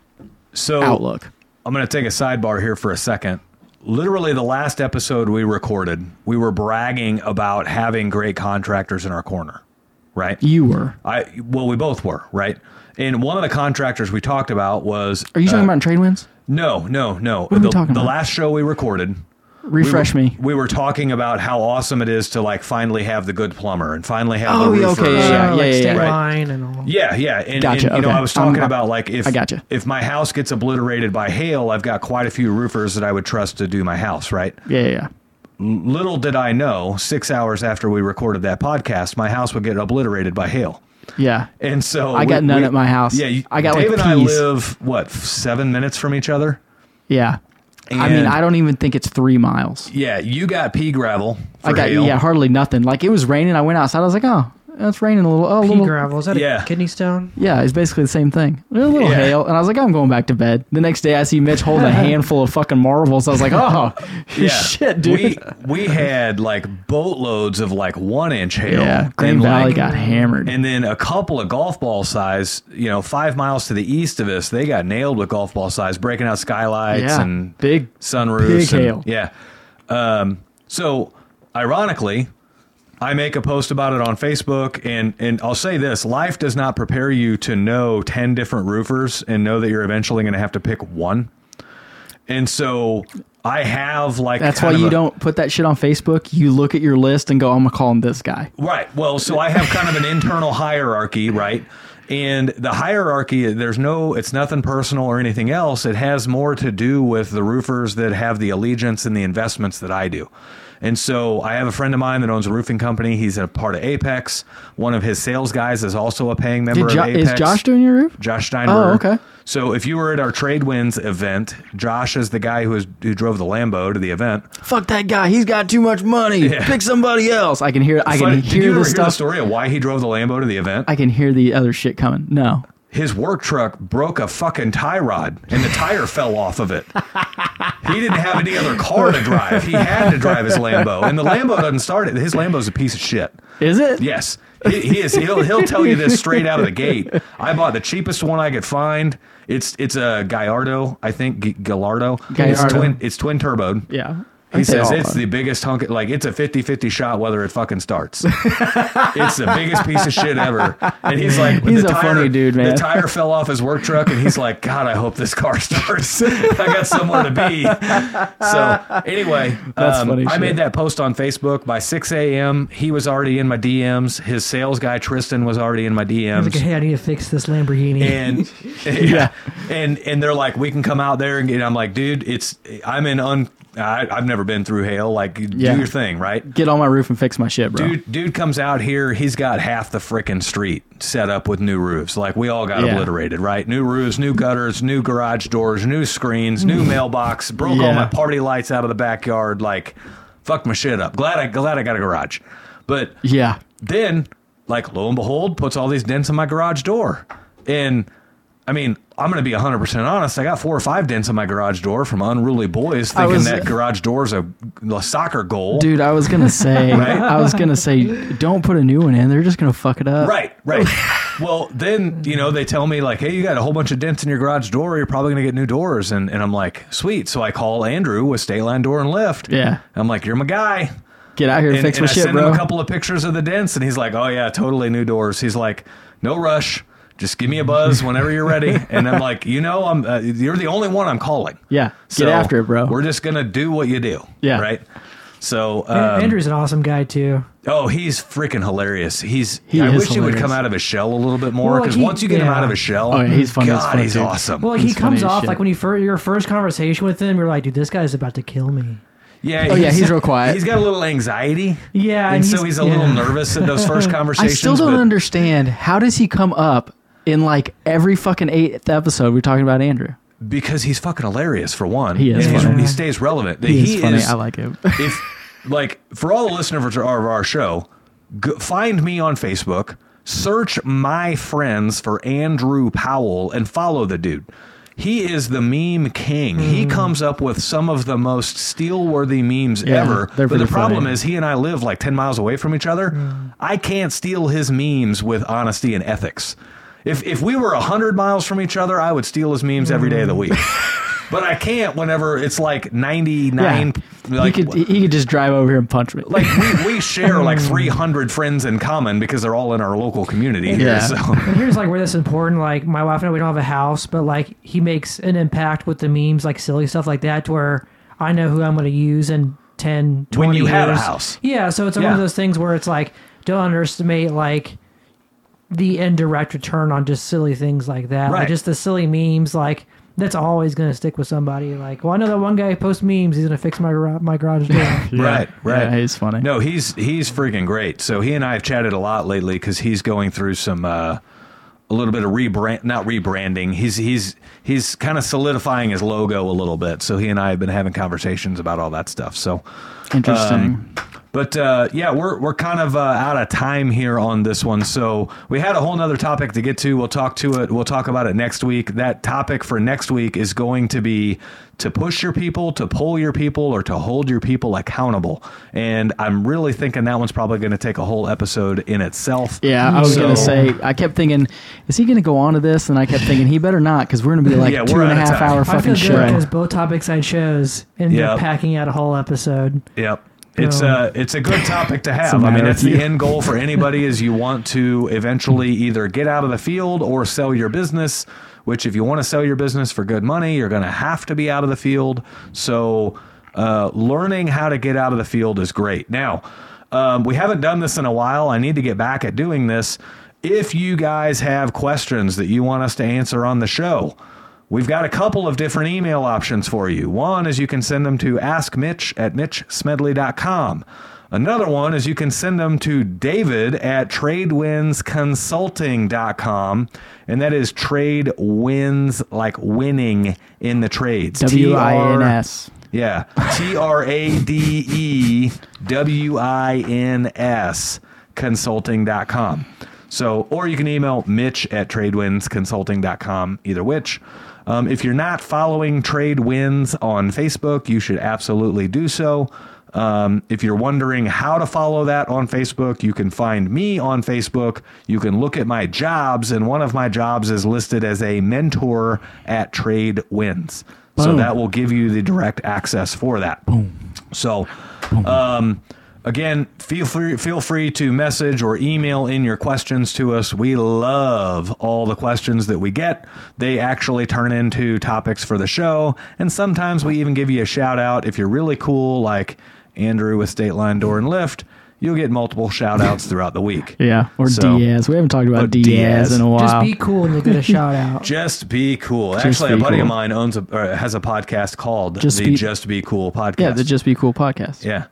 [SPEAKER 1] so
[SPEAKER 2] outlook.
[SPEAKER 1] I'm going to take a sidebar here for a second. Literally, the last episode we recorded, we were bragging about having great contractors in our corner, right?
[SPEAKER 2] You were.
[SPEAKER 1] I well, we both were, right? And one of the contractors we talked about was uh,
[SPEAKER 2] Are you talking about in trade winds?
[SPEAKER 1] no, no, no.
[SPEAKER 2] are
[SPEAKER 1] the,
[SPEAKER 2] we talking
[SPEAKER 1] the
[SPEAKER 2] about?
[SPEAKER 1] last show we recorded, we
[SPEAKER 2] Refresh
[SPEAKER 1] were,
[SPEAKER 2] me.
[SPEAKER 1] We were talking about how awesome it is to like finally have the good plumber and finally have
[SPEAKER 2] Oh,
[SPEAKER 1] the
[SPEAKER 2] yeah,
[SPEAKER 1] roofer.
[SPEAKER 2] okay,
[SPEAKER 1] and-
[SPEAKER 2] yeah,
[SPEAKER 3] Uh,
[SPEAKER 2] yeah,
[SPEAKER 3] like
[SPEAKER 2] yeah,
[SPEAKER 3] state
[SPEAKER 1] yeah.
[SPEAKER 3] line and all.
[SPEAKER 1] yeah, yeah. And,
[SPEAKER 2] Gotcha,
[SPEAKER 1] and, you know,
[SPEAKER 2] okay.
[SPEAKER 1] I was talking
[SPEAKER 2] Um,
[SPEAKER 1] about like if
[SPEAKER 2] I gotcha.
[SPEAKER 1] if my house gets obliterated by hail, I've got quite a few roofers that I would trust to do my house, right?
[SPEAKER 2] Yeah, yeah, yeah.
[SPEAKER 1] Little did I know, six hours after we recorded that podcast, my house would get obliterated by hail.
[SPEAKER 2] Yeah.
[SPEAKER 1] And so
[SPEAKER 2] I got none at my house.
[SPEAKER 1] Yeah, you-
[SPEAKER 2] I got,
[SPEAKER 1] Dave
[SPEAKER 2] like,
[SPEAKER 1] and I
[SPEAKER 2] peas.
[SPEAKER 1] live what f- seven minutes from each other.
[SPEAKER 2] Yeah. I mean,
[SPEAKER 1] And-
[SPEAKER 2] I don't even think it's three miles.
[SPEAKER 1] Yeah, you got pea gravel. For
[SPEAKER 2] I got
[SPEAKER 1] hail.
[SPEAKER 2] yeah, hardly nothing. Like it was raining. I went outside. I was like, oh, it's raining a little. Oh, a
[SPEAKER 3] Pea
[SPEAKER 2] little.
[SPEAKER 3] gravel. Is that
[SPEAKER 1] Yeah.
[SPEAKER 3] a kidney stone?
[SPEAKER 2] Yeah, it's basically the same thing. A little
[SPEAKER 1] Yeah.
[SPEAKER 2] hail, and I was like, I'm going back to bed. The next day, I see Mitch holding a handful of fucking marbles. I was like, oh, shit, dude.
[SPEAKER 1] We we had like boatloads of like one inch hail.
[SPEAKER 2] yeah, Green
[SPEAKER 1] and,
[SPEAKER 2] Valley
[SPEAKER 1] like,
[SPEAKER 2] got hammered.
[SPEAKER 1] And then a couple of golf ball size, you know, five miles to the east of us, they got nailed with golf ball size, breaking out skylights
[SPEAKER 2] yeah,
[SPEAKER 1] and
[SPEAKER 2] big.
[SPEAKER 1] sunroofs.
[SPEAKER 2] Big
[SPEAKER 1] and-
[SPEAKER 2] hail.
[SPEAKER 1] Yeah. Um, so, ironically, I make a post about it on Facebook, and and I'll say this: life does not prepare you to know ten different roofers and know that you're eventually going to have to pick one. And so, I have like
[SPEAKER 2] That's why
[SPEAKER 1] kind of
[SPEAKER 2] you
[SPEAKER 1] a-
[SPEAKER 2] don't put that shit on Facebook. You look at your list and go, I'm gonna call him this guy.
[SPEAKER 1] Right. Well, so I have kind of an internal hierarchy, right? And the hierarchy, there's no, it's nothing personal or anything else. It has more to do with the roofers that have the allegiance and the investments that I do. And so I have a friend of mine that owns a roofing company. He's a part of Apex. One of his sales guys is also a paying member
[SPEAKER 2] Did jo-
[SPEAKER 1] of Apex.
[SPEAKER 2] is Josh doing your roof?
[SPEAKER 1] Josh Steinberger.
[SPEAKER 2] Oh, okay.
[SPEAKER 1] So if you were at our Trade Winds event, Josh is the guy who is who drove the Lambo to the event.
[SPEAKER 2] Fuck that guy. He's got too much money. Pick somebody else. I can hear. I
[SPEAKER 1] Funny,
[SPEAKER 2] can
[SPEAKER 1] did you
[SPEAKER 2] hear
[SPEAKER 1] ever hear
[SPEAKER 2] the
[SPEAKER 1] the
[SPEAKER 2] stuff.
[SPEAKER 1] story of why he drove the Lambo to the event?
[SPEAKER 2] I can hear the other shit coming. No.
[SPEAKER 1] his work truck broke a fucking tie rod and the tire fell off of it. He didn't have any other car to drive. He had to drive his Lambo, and the Lambo doesn't start it. His Lambo's a piece of shit.
[SPEAKER 2] Is it?
[SPEAKER 1] Yes, he, he is. He'll he'll tell you this straight out of the gate. I bought the cheapest one I could find. It's it's a Gallardo, I think G- Gallardo. It's
[SPEAKER 2] Gallardo.
[SPEAKER 1] twin it's twin turboed.
[SPEAKER 2] Yeah.
[SPEAKER 1] He says it's the biggest hunk, like it's a 50 50 shot whether it fucking starts. it's the biggest piece of shit ever. And he's like,
[SPEAKER 2] He's
[SPEAKER 1] the
[SPEAKER 2] a funny dude, man.
[SPEAKER 1] The tire fell off his work truck, and he's like, God, I hope this car starts. I got somewhere to be. So, anyway,
[SPEAKER 2] That's
[SPEAKER 1] um,
[SPEAKER 2] funny
[SPEAKER 1] I
[SPEAKER 2] shit.
[SPEAKER 1] made that post on Facebook by 6 a.m. He was already in my DMs. His sales guy, Tristan, was already in my DMs.
[SPEAKER 3] I was like, hey, I need to fix this Lamborghini.
[SPEAKER 1] Um, And yeah, and and they're like, we can come out there and get. I'm like, dude, it's I'm in un. I, I've never been through hail. Like,
[SPEAKER 2] Yeah.
[SPEAKER 1] do your thing, right?
[SPEAKER 2] Get on my roof and fix my shit, bro.
[SPEAKER 1] Dude, dude comes out here. He's got half the frickin' street set up with new roofs. Like we all got
[SPEAKER 2] Yeah.
[SPEAKER 1] obliterated, right? New roofs, new gutters, new garage doors, new screens, new mailbox. Broke all
[SPEAKER 2] Yeah.
[SPEAKER 1] my party lights out of the backyard. Like, fucked my shit up. Glad I glad I got a garage, but
[SPEAKER 2] Yeah.
[SPEAKER 1] then, like, lo and behold, puts all these dents in my garage door. And I mean, I'm going to be 100% honest. I got four or five dents in my garage door from unruly boys thinking
[SPEAKER 2] was-
[SPEAKER 1] that garage door's a, a soccer goal.
[SPEAKER 2] Dude, I was gonna say,
[SPEAKER 1] Right?
[SPEAKER 2] I was gonna say, don't put a new one in. They're just gonna fuck it up.
[SPEAKER 1] Right, right. well, then, you know, they tell me, like, hey, you got a whole bunch of dents in your garage door. You're probably going to get new doors. And, and I'm like, sweet. So I call Andrew with Stayline Door and Lift.
[SPEAKER 2] Yeah.
[SPEAKER 1] I'm like, you're my guy.
[SPEAKER 2] Get out here and,
[SPEAKER 1] and,
[SPEAKER 2] fix
[SPEAKER 1] and
[SPEAKER 2] my
[SPEAKER 1] I
[SPEAKER 2] shit,
[SPEAKER 1] send
[SPEAKER 2] bro.
[SPEAKER 1] him a couple of pictures of the dents, and he's like, "Oh yeah, totally new doors." He's like, "No rush, just give me a buzz whenever you're ready." and I'm like, "You know, I'm uh, you're the only one I'm calling."
[SPEAKER 2] yeah. get after it, bro.
[SPEAKER 1] We're just gonna do what you do.
[SPEAKER 2] Yeah.
[SPEAKER 1] right. So um,
[SPEAKER 3] An- Andrew's an awesome guy too.
[SPEAKER 1] Oh, he's freaking hilarious. He's
[SPEAKER 2] He
[SPEAKER 1] I
[SPEAKER 2] is
[SPEAKER 1] wish he would
[SPEAKER 2] hilarious.
[SPEAKER 1] come out of his shell a little bit more
[SPEAKER 3] Well,
[SPEAKER 1] because
[SPEAKER 3] he-
[SPEAKER 1] once you get him
[SPEAKER 3] yeah.
[SPEAKER 1] out of his shell,
[SPEAKER 2] Oh, yeah, he's funny as
[SPEAKER 1] God,
[SPEAKER 2] fuck,
[SPEAKER 1] he's
[SPEAKER 2] dude.
[SPEAKER 1] awesome.
[SPEAKER 3] Well, he
[SPEAKER 2] He's funny
[SPEAKER 3] comes
[SPEAKER 2] as
[SPEAKER 3] off
[SPEAKER 2] shit.
[SPEAKER 3] like when you fir- your first conversation with him, you're like, dude, this guy's about to kill me.
[SPEAKER 1] yeah,
[SPEAKER 2] oh, yeah, he's real quiet.
[SPEAKER 1] He's got a little anxiety.
[SPEAKER 3] Yeah,
[SPEAKER 1] and,
[SPEAKER 3] and
[SPEAKER 1] so
[SPEAKER 3] he's-
[SPEAKER 1] he's a little
[SPEAKER 3] yeah.
[SPEAKER 1] nervous at those first
[SPEAKER 2] I
[SPEAKER 1] conversations.
[SPEAKER 2] still don't
[SPEAKER 1] but-
[SPEAKER 2] understand how does he come up in like every fucking eighth episode we're talking about Andrew.
[SPEAKER 1] because he's fucking hilarious for one.
[SPEAKER 2] He is
[SPEAKER 1] And he's-
[SPEAKER 2] funny.
[SPEAKER 1] He stays relevant.
[SPEAKER 2] He, is funny. I like him.
[SPEAKER 1] if like for all the listeners of our, of our show, go, find me on Facebook, search my friends for Andrew Powell, and follow the dude. He is the meme king. He
[SPEAKER 2] Mm.
[SPEAKER 1] comes up with some of the most steel-worthy memes
[SPEAKER 2] Yeah,
[SPEAKER 1] ever.
[SPEAKER 2] they're
[SPEAKER 1] But the
[SPEAKER 2] pretty
[SPEAKER 1] problem
[SPEAKER 2] funny. Mm.
[SPEAKER 1] is, he and I live like ten miles away from each other. I can't steal his memes with honesty and ethics. If if we were hundred miles from each other, I would steal his memes every
[SPEAKER 2] Mm.
[SPEAKER 1] day of the week. but I can't. Whenever it's like ninety-nine, like
[SPEAKER 2] he could he, he could just drive over here and punch me.
[SPEAKER 1] like we, we share like 300 friends in common because they're all in our local community here,
[SPEAKER 2] Yeah.
[SPEAKER 1] so
[SPEAKER 3] And here's like where this is important. Like my wife and I, we don't have a house, but like he makes an impact with the memes, like silly stuff like that, to where I know who I'm going to use in 10, 20
[SPEAKER 1] When you
[SPEAKER 3] years.
[SPEAKER 1] have a house.
[SPEAKER 3] Yeah, so it's one
[SPEAKER 1] Yeah.
[SPEAKER 3] of those things where it's like don't underestimate like the indirect return on just silly things like that,
[SPEAKER 1] Right.
[SPEAKER 3] like just the silly memes, like. That's always gonna stick with somebody. Like, well, I know that one guy who posts memes. He's gonna fix my gar- my garage door.
[SPEAKER 2] Yeah.
[SPEAKER 1] right right
[SPEAKER 2] Yeah, he's funny.
[SPEAKER 1] no he's he's freaking great so he and i have chatted a lot lately because he's going through some uh a little bit of rebrand not rebranding he's he's he's kind of solidifying his logo a little bit so he and i have been having conversations about all that stuff so
[SPEAKER 2] Interesting.
[SPEAKER 1] um, But uh, yeah, we're we're kind of uh, out of time here on this one. So we had a whole nother topic to get to. We'll talk to it. We'll talk about it next week. That topic for next week is going to be to push your people, to pull your people, or to hold your people accountable. And I'm really thinking that one's probably going to take a whole episode in itself.
[SPEAKER 2] yeah, I was
[SPEAKER 1] So-
[SPEAKER 2] gonna say. I kept thinking, is he gonna go on to this? And I kept thinking, he better not, because we're gonna be like
[SPEAKER 1] Yeah,
[SPEAKER 2] two
[SPEAKER 1] we're
[SPEAKER 2] and
[SPEAKER 1] out
[SPEAKER 2] a
[SPEAKER 1] of
[SPEAKER 2] half
[SPEAKER 1] time. I
[SPEAKER 2] hour
[SPEAKER 3] I
[SPEAKER 2] fucking
[SPEAKER 3] feel good
[SPEAKER 2] show.
[SPEAKER 3] because both topics I chose ended
[SPEAKER 1] Yep.
[SPEAKER 3] up packing out a whole episode.
[SPEAKER 1] Yep. It's
[SPEAKER 3] Um,
[SPEAKER 1] a it's a good topic to have. I mean,
[SPEAKER 2] matter
[SPEAKER 1] that's
[SPEAKER 2] of
[SPEAKER 1] the
[SPEAKER 2] few.
[SPEAKER 1] end goal for anybody is you want to eventually either get out of the field or sell your business. Which, if you want to sell your business for good money, you're going to have to be out of the field. So, uh, learning how to get out of the field is great. Now, um, we haven't done this in a while. I need to get back at doing this. If you guys have questions that you want us to answer on the show, we've got a couple of different email options for you. One is you can send them to askmitch at mitchsmedley.com. Another one is you can send them to David at tradewindsconsulting.com. And that is trade wins, like winning in the trades.
[SPEAKER 2] W I N
[SPEAKER 1] T R-
[SPEAKER 2] S.
[SPEAKER 1] yeah. T R A D E W I N S consulting.com. So, or you can email Mitch at tradewindsconsulting.com, either which. Um, if you're not following Trade Winds on Facebook, you should absolutely do so. Um, if you're wondering how to follow that on Facebook, you can find me on Facebook. You can look at my jobs, and one of my jobs is listed as a mentor at Trade Winds. So
[SPEAKER 2] Boom.
[SPEAKER 1] that will give you the direct access for that. So, um, again, feel free feel free to message or email in your questions to us. We love all the questions that we get. They actually turn into topics for the show, and sometimes we even give you a shout out if you're really cool, like Andrew with State Line Door and Lift. You'll get multiple shout outs throughout the week.
[SPEAKER 2] Yeah, or
[SPEAKER 1] So-
[SPEAKER 2] Diaz. We haven't talked
[SPEAKER 1] Oh,
[SPEAKER 2] about Diaz,
[SPEAKER 1] Diaz.
[SPEAKER 2] in a while.
[SPEAKER 3] Just be cool and you'll get a shout out.
[SPEAKER 1] Just be cool.
[SPEAKER 2] Just
[SPEAKER 1] Actually, a
[SPEAKER 2] be
[SPEAKER 1] buddy of
[SPEAKER 2] cool.
[SPEAKER 1] mine owns a, or has a podcast called
[SPEAKER 2] Just
[SPEAKER 1] the
[SPEAKER 2] be-
[SPEAKER 1] Just Be Cool podcast.
[SPEAKER 2] yeah, the Just Be Cool podcast.
[SPEAKER 1] yeah.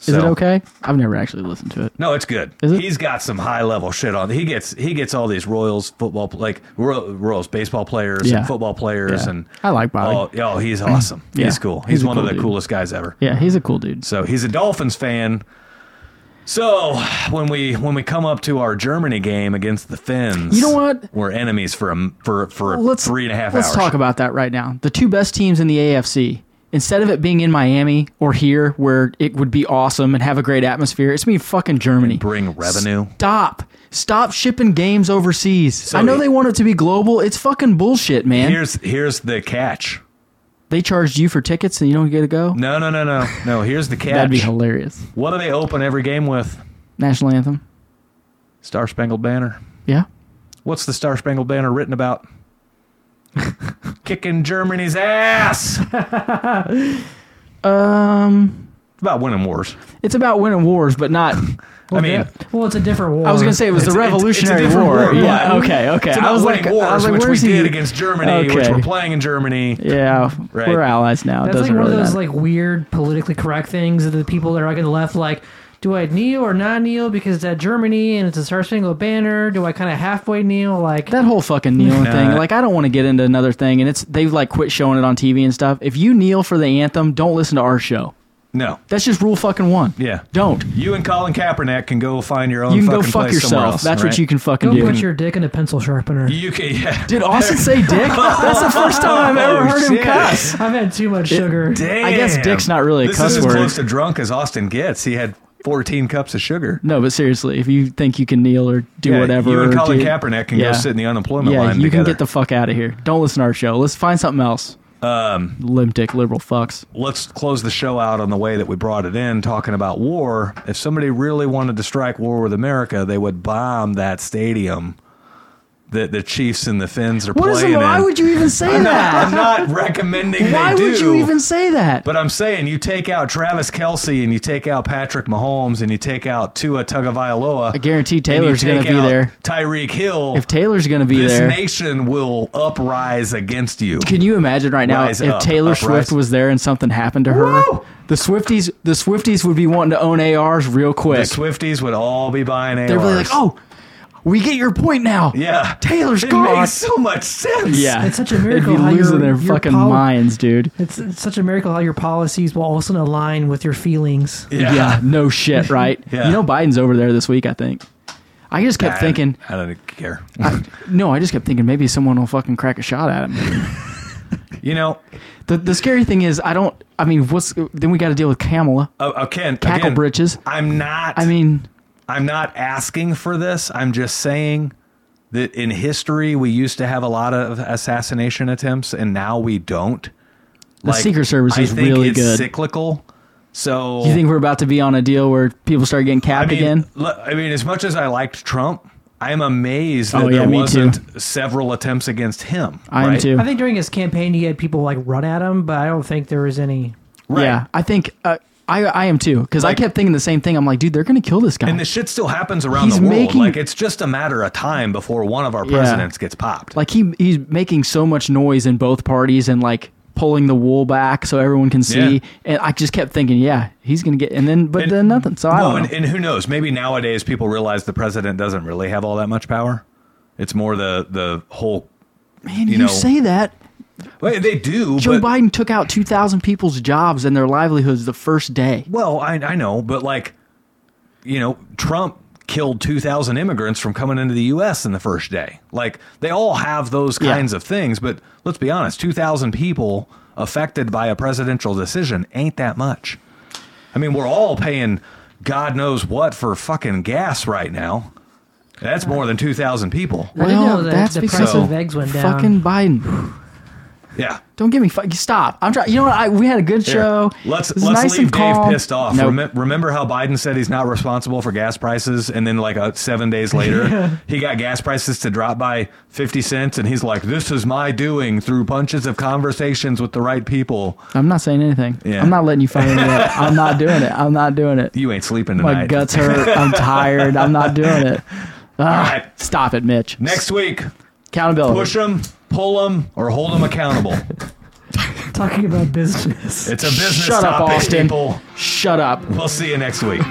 [SPEAKER 2] Is it
[SPEAKER 1] So-
[SPEAKER 2] okay? I've never actually listened to it.
[SPEAKER 1] No, it's good.
[SPEAKER 2] Is it?
[SPEAKER 1] He's got some high level shit on. He gets he gets all these Royals football like Ro- Royals baseball players
[SPEAKER 2] Yeah.
[SPEAKER 1] and football players
[SPEAKER 2] Yeah.
[SPEAKER 1] and
[SPEAKER 2] I like Bobby.
[SPEAKER 1] Oh, oh, he's awesome.
[SPEAKER 2] Yeah.
[SPEAKER 1] He's cool. He's,
[SPEAKER 2] He's a
[SPEAKER 1] one of
[SPEAKER 2] cool
[SPEAKER 1] the
[SPEAKER 2] dude.
[SPEAKER 1] coolest guys ever.
[SPEAKER 2] Yeah, he's a cool dude.
[SPEAKER 1] So he's a Dolphins fan. So when we when we come up to our Germany game against the Finns,
[SPEAKER 2] You know what?
[SPEAKER 1] We're enemies for a m- for for
[SPEAKER 2] Let's
[SPEAKER 1] three and a half
[SPEAKER 2] Let's
[SPEAKER 1] hours.
[SPEAKER 2] talk about that right now. The two best teams in the AFC. Instead of it being in Miami or here, where it would be awesome and have a great atmosphere, it's me fucking Germany.
[SPEAKER 1] Bring revenue.
[SPEAKER 2] Stop. Stop shipping games overseas. I know
[SPEAKER 1] he-
[SPEAKER 2] they want it to be global. It's fucking bullshit, man.
[SPEAKER 1] Here's here's the catch.
[SPEAKER 2] They charged you for tickets and you don't get to go?
[SPEAKER 1] No no no no no. Here's the catch.
[SPEAKER 2] That'd be hilarious.
[SPEAKER 1] what do they open every game with?
[SPEAKER 2] National anthem.
[SPEAKER 1] Star Spangled Banner.
[SPEAKER 2] Yeah.
[SPEAKER 1] What's the Star Spangled Banner written about? Kicking Germany's ass.
[SPEAKER 2] Um,
[SPEAKER 1] It's about winning wars.
[SPEAKER 2] it's about winning wars, but not.
[SPEAKER 1] I mean,
[SPEAKER 3] Well, it's a different war.
[SPEAKER 2] I was gonna say it was
[SPEAKER 1] It's-
[SPEAKER 2] the
[SPEAKER 1] it's- it's a
[SPEAKER 2] Revolutionary
[SPEAKER 1] different
[SPEAKER 2] War.
[SPEAKER 1] war,
[SPEAKER 2] Yeah.
[SPEAKER 1] but
[SPEAKER 2] Okay. Okay.
[SPEAKER 1] it's about
[SPEAKER 2] I was
[SPEAKER 1] winning
[SPEAKER 2] like,
[SPEAKER 1] wars,
[SPEAKER 2] I was like,
[SPEAKER 1] which we
[SPEAKER 2] where's he?
[SPEAKER 1] did against Germany, which
[SPEAKER 2] Okay.
[SPEAKER 1] we're playing in Germany.
[SPEAKER 2] Yeah,
[SPEAKER 1] Right.
[SPEAKER 2] we're allies now. it
[SPEAKER 3] That's like
[SPEAKER 2] doesn't
[SPEAKER 3] one
[SPEAKER 2] really
[SPEAKER 3] of those
[SPEAKER 2] matter.
[SPEAKER 3] like weird politically correct things that the people that are like on the left like. Do I kneel or not kneel because it's at Germany and it's a Star Spangled Banner? Do I kind of halfway kneel? Like
[SPEAKER 2] that whole fucking kneeling
[SPEAKER 1] Nah.
[SPEAKER 2] thing. Like, I don't want to get into another thing, and it's they've like quit showing it on TV and stuff. If you kneel for the anthem, don't listen to our show.
[SPEAKER 1] No.
[SPEAKER 2] That's just rule fucking one.
[SPEAKER 1] Yeah.
[SPEAKER 2] Don't.
[SPEAKER 1] You and Colin Kaepernick can go find your own
[SPEAKER 2] you can
[SPEAKER 1] fucking
[SPEAKER 2] go fuck
[SPEAKER 1] place somewhere
[SPEAKER 2] yourself.
[SPEAKER 1] else,
[SPEAKER 2] That's
[SPEAKER 1] right?
[SPEAKER 2] what you can fucking
[SPEAKER 3] Don't
[SPEAKER 2] do.
[SPEAKER 3] put your dick in a pencil sharpener.
[SPEAKER 1] You can, yeah.
[SPEAKER 2] Did Austin say dick? That's the first time I've ever
[SPEAKER 1] Oh,
[SPEAKER 2] heard him
[SPEAKER 1] shit.
[SPEAKER 2] cuss.
[SPEAKER 3] I've had too much sugar.
[SPEAKER 1] Damn.
[SPEAKER 2] I guess dick's not really a
[SPEAKER 1] this
[SPEAKER 2] cuss
[SPEAKER 1] is
[SPEAKER 2] word.
[SPEAKER 1] as close to drunk as Austin gets. He had 14 cups of sugar.
[SPEAKER 2] No, but seriously, if you think you can kneel or do
[SPEAKER 1] Yeah,
[SPEAKER 2] whatever,
[SPEAKER 1] You and
[SPEAKER 2] or
[SPEAKER 1] Colin
[SPEAKER 2] do-
[SPEAKER 1] Kaepernick can go
[SPEAKER 2] Yeah.
[SPEAKER 1] sit in the unemployment
[SPEAKER 2] yeah,
[SPEAKER 1] line
[SPEAKER 2] you
[SPEAKER 1] together.
[SPEAKER 2] can get the fuck out of here. Don't listen to our show. Let's find something else. Um, limp dick liberal fucks.
[SPEAKER 1] let's close the show out on the way that we brought it in, talking about war. If somebody really wanted to strike war with America, they would bomb that stadium that the Chiefs and the Finns are
[SPEAKER 2] What is
[SPEAKER 1] playing
[SPEAKER 2] it? Why
[SPEAKER 1] in.
[SPEAKER 2] would you even say
[SPEAKER 1] I'm, not,
[SPEAKER 2] that?
[SPEAKER 1] I'm not recommending
[SPEAKER 2] Why
[SPEAKER 1] they do.
[SPEAKER 2] would you even say that?
[SPEAKER 1] but I'm saying you take out Travis Kelsey and you take out Patrick Mahomes and you take out Tua Tagovailoa.
[SPEAKER 2] I guarantee
[SPEAKER 1] and you
[SPEAKER 2] Taylor's going to
[SPEAKER 1] take
[SPEAKER 2] be
[SPEAKER 1] out
[SPEAKER 2] there.
[SPEAKER 1] Tyreek Hill.
[SPEAKER 2] If Taylor's going to be
[SPEAKER 1] this
[SPEAKER 2] there,
[SPEAKER 1] nation will uprise against you.
[SPEAKER 2] can you imagine right now
[SPEAKER 1] Rise
[SPEAKER 2] if
[SPEAKER 1] up,
[SPEAKER 2] Taylor
[SPEAKER 1] uprise.
[SPEAKER 2] Swift was there and something happened to her?
[SPEAKER 1] Woo!
[SPEAKER 2] The Swifties, the Swifties would be wanting to own ARs real
[SPEAKER 1] The
[SPEAKER 2] quick.
[SPEAKER 1] Swifties would all be buying ARs.
[SPEAKER 2] They're really like, "Oh, we get your point now."
[SPEAKER 1] Yeah.
[SPEAKER 2] Taylor's
[SPEAKER 1] it
[SPEAKER 2] gone.
[SPEAKER 1] makes so much sense.
[SPEAKER 2] Yeah,
[SPEAKER 3] It's such a miracle
[SPEAKER 2] They'd be
[SPEAKER 3] how
[SPEAKER 2] losing
[SPEAKER 3] your-
[SPEAKER 2] their
[SPEAKER 3] your
[SPEAKER 2] fucking
[SPEAKER 3] pol-
[SPEAKER 2] minds, dude.
[SPEAKER 3] It's, it's such a miracle how your policies will also align with your feelings.
[SPEAKER 2] Yeah. no shit, right?
[SPEAKER 1] Yeah.
[SPEAKER 2] You know, Biden's over there this week. I think. I just kept
[SPEAKER 1] I-
[SPEAKER 2] thinking.
[SPEAKER 1] I don't care.
[SPEAKER 2] No, I just kept thinking maybe someone will fucking crack a shot at him.
[SPEAKER 1] you know,
[SPEAKER 2] The, the scary thing is, I don't. I mean, what's then we got to deal with Kamala
[SPEAKER 1] uh, uh, Ken,
[SPEAKER 2] cackle
[SPEAKER 1] again,
[SPEAKER 2] britches.
[SPEAKER 1] I'm not.
[SPEAKER 2] I mean,
[SPEAKER 1] I'm not asking for this. I'm just saying that in history we used to have a lot of assassination attempts, and now we don't.
[SPEAKER 2] the Secret Service
[SPEAKER 1] I
[SPEAKER 2] is
[SPEAKER 1] think
[SPEAKER 2] really
[SPEAKER 1] it's
[SPEAKER 2] good.
[SPEAKER 1] Cyclical. So
[SPEAKER 2] You think we're about to be on a deal where people start getting
[SPEAKER 1] Oh. I
[SPEAKER 2] capped
[SPEAKER 1] mean,
[SPEAKER 2] again?
[SPEAKER 1] look, I mean, as much as I liked Trump, I'm amazed that
[SPEAKER 2] Oh, yeah,
[SPEAKER 1] there
[SPEAKER 2] me too.
[SPEAKER 1] wasn't several attempts against him.
[SPEAKER 2] I am
[SPEAKER 1] right?
[SPEAKER 2] too.
[SPEAKER 3] I think during his campaign, he had people like run at him, but I don't think there was any.
[SPEAKER 1] Right.
[SPEAKER 2] Yeah, I think uh, I, I am too because
[SPEAKER 1] Like-
[SPEAKER 2] I kept thinking the same thing. I'm like, dude, they're gonna kill this guy.
[SPEAKER 1] And the shit still happens around
[SPEAKER 2] He's
[SPEAKER 1] the world.
[SPEAKER 2] making-
[SPEAKER 1] like it's just a matter of time before one of our
[SPEAKER 2] Yeah.
[SPEAKER 1] presidents gets popped.
[SPEAKER 2] like he he's making so much noise in both parties and like pulling the wool back so everyone can see.
[SPEAKER 1] Yeah.
[SPEAKER 2] And I just kept thinking, yeah, he's gonna get. And then but
[SPEAKER 1] And-
[SPEAKER 2] then nothing. So I
[SPEAKER 1] well,
[SPEAKER 2] don't know.
[SPEAKER 1] and, and who knows? Maybe nowadays people realize the president doesn't really have all that much power. It's more the the whole.
[SPEAKER 2] Man,
[SPEAKER 1] you
[SPEAKER 2] you,
[SPEAKER 1] know,
[SPEAKER 2] say that.
[SPEAKER 1] Well, they do.
[SPEAKER 2] Joe
[SPEAKER 1] but,
[SPEAKER 2] Biden took out 2,000 people's jobs and their livelihoods the first day.
[SPEAKER 1] Well, I I know, but like, you know, Trump killed two thousand immigrants from coming into the U.S. in the first day. Like they all have those
[SPEAKER 2] Yeah.
[SPEAKER 1] kinds of things. But let's be honest, two thousand people affected by a presidential decision ain't that much. I mean, we're all paying God knows what for fucking gas right now. That's more than two thousand people.
[SPEAKER 3] I didn't
[SPEAKER 2] Well,
[SPEAKER 3] know that
[SPEAKER 2] that's
[SPEAKER 3] the
[SPEAKER 2] because
[SPEAKER 3] price
[SPEAKER 1] So-
[SPEAKER 3] of eggs went down.
[SPEAKER 2] Fucking Biden.
[SPEAKER 1] Yeah.
[SPEAKER 2] Don't give me fuck. Stop. I'm trying. You know what? I, we had a good
[SPEAKER 1] Here,
[SPEAKER 2] show.
[SPEAKER 1] Let's
[SPEAKER 2] It was
[SPEAKER 1] let's
[SPEAKER 2] nice
[SPEAKER 1] leave
[SPEAKER 2] and
[SPEAKER 1] Dave
[SPEAKER 2] calm.
[SPEAKER 1] pissed off.
[SPEAKER 2] Nope.
[SPEAKER 1] Remem- remember how Biden said he's not responsible for gas prices, and then like uh, seven days later, he got gas prices to drop by fifty cents, and he's like, "This is my doing through bunches of conversations with the right people."
[SPEAKER 2] I'm not saying anything.
[SPEAKER 1] Yeah.
[SPEAKER 2] I'm not letting you fire me up. I'm not doing it. I'm not doing it.
[SPEAKER 1] You ain't sleeping
[SPEAKER 2] My
[SPEAKER 1] tonight.
[SPEAKER 2] guts hurt. I'm tired. I'm not doing it.
[SPEAKER 1] All right.
[SPEAKER 2] Stop it, Mitch.
[SPEAKER 1] Next week,
[SPEAKER 2] accountability.
[SPEAKER 1] push them, pull them, or hold them accountable.
[SPEAKER 3] Talking about business.
[SPEAKER 1] It's a business
[SPEAKER 2] Shut up,
[SPEAKER 1] topic,
[SPEAKER 2] Austin.
[SPEAKER 1] people.
[SPEAKER 2] Shut up.
[SPEAKER 1] We'll see you next week.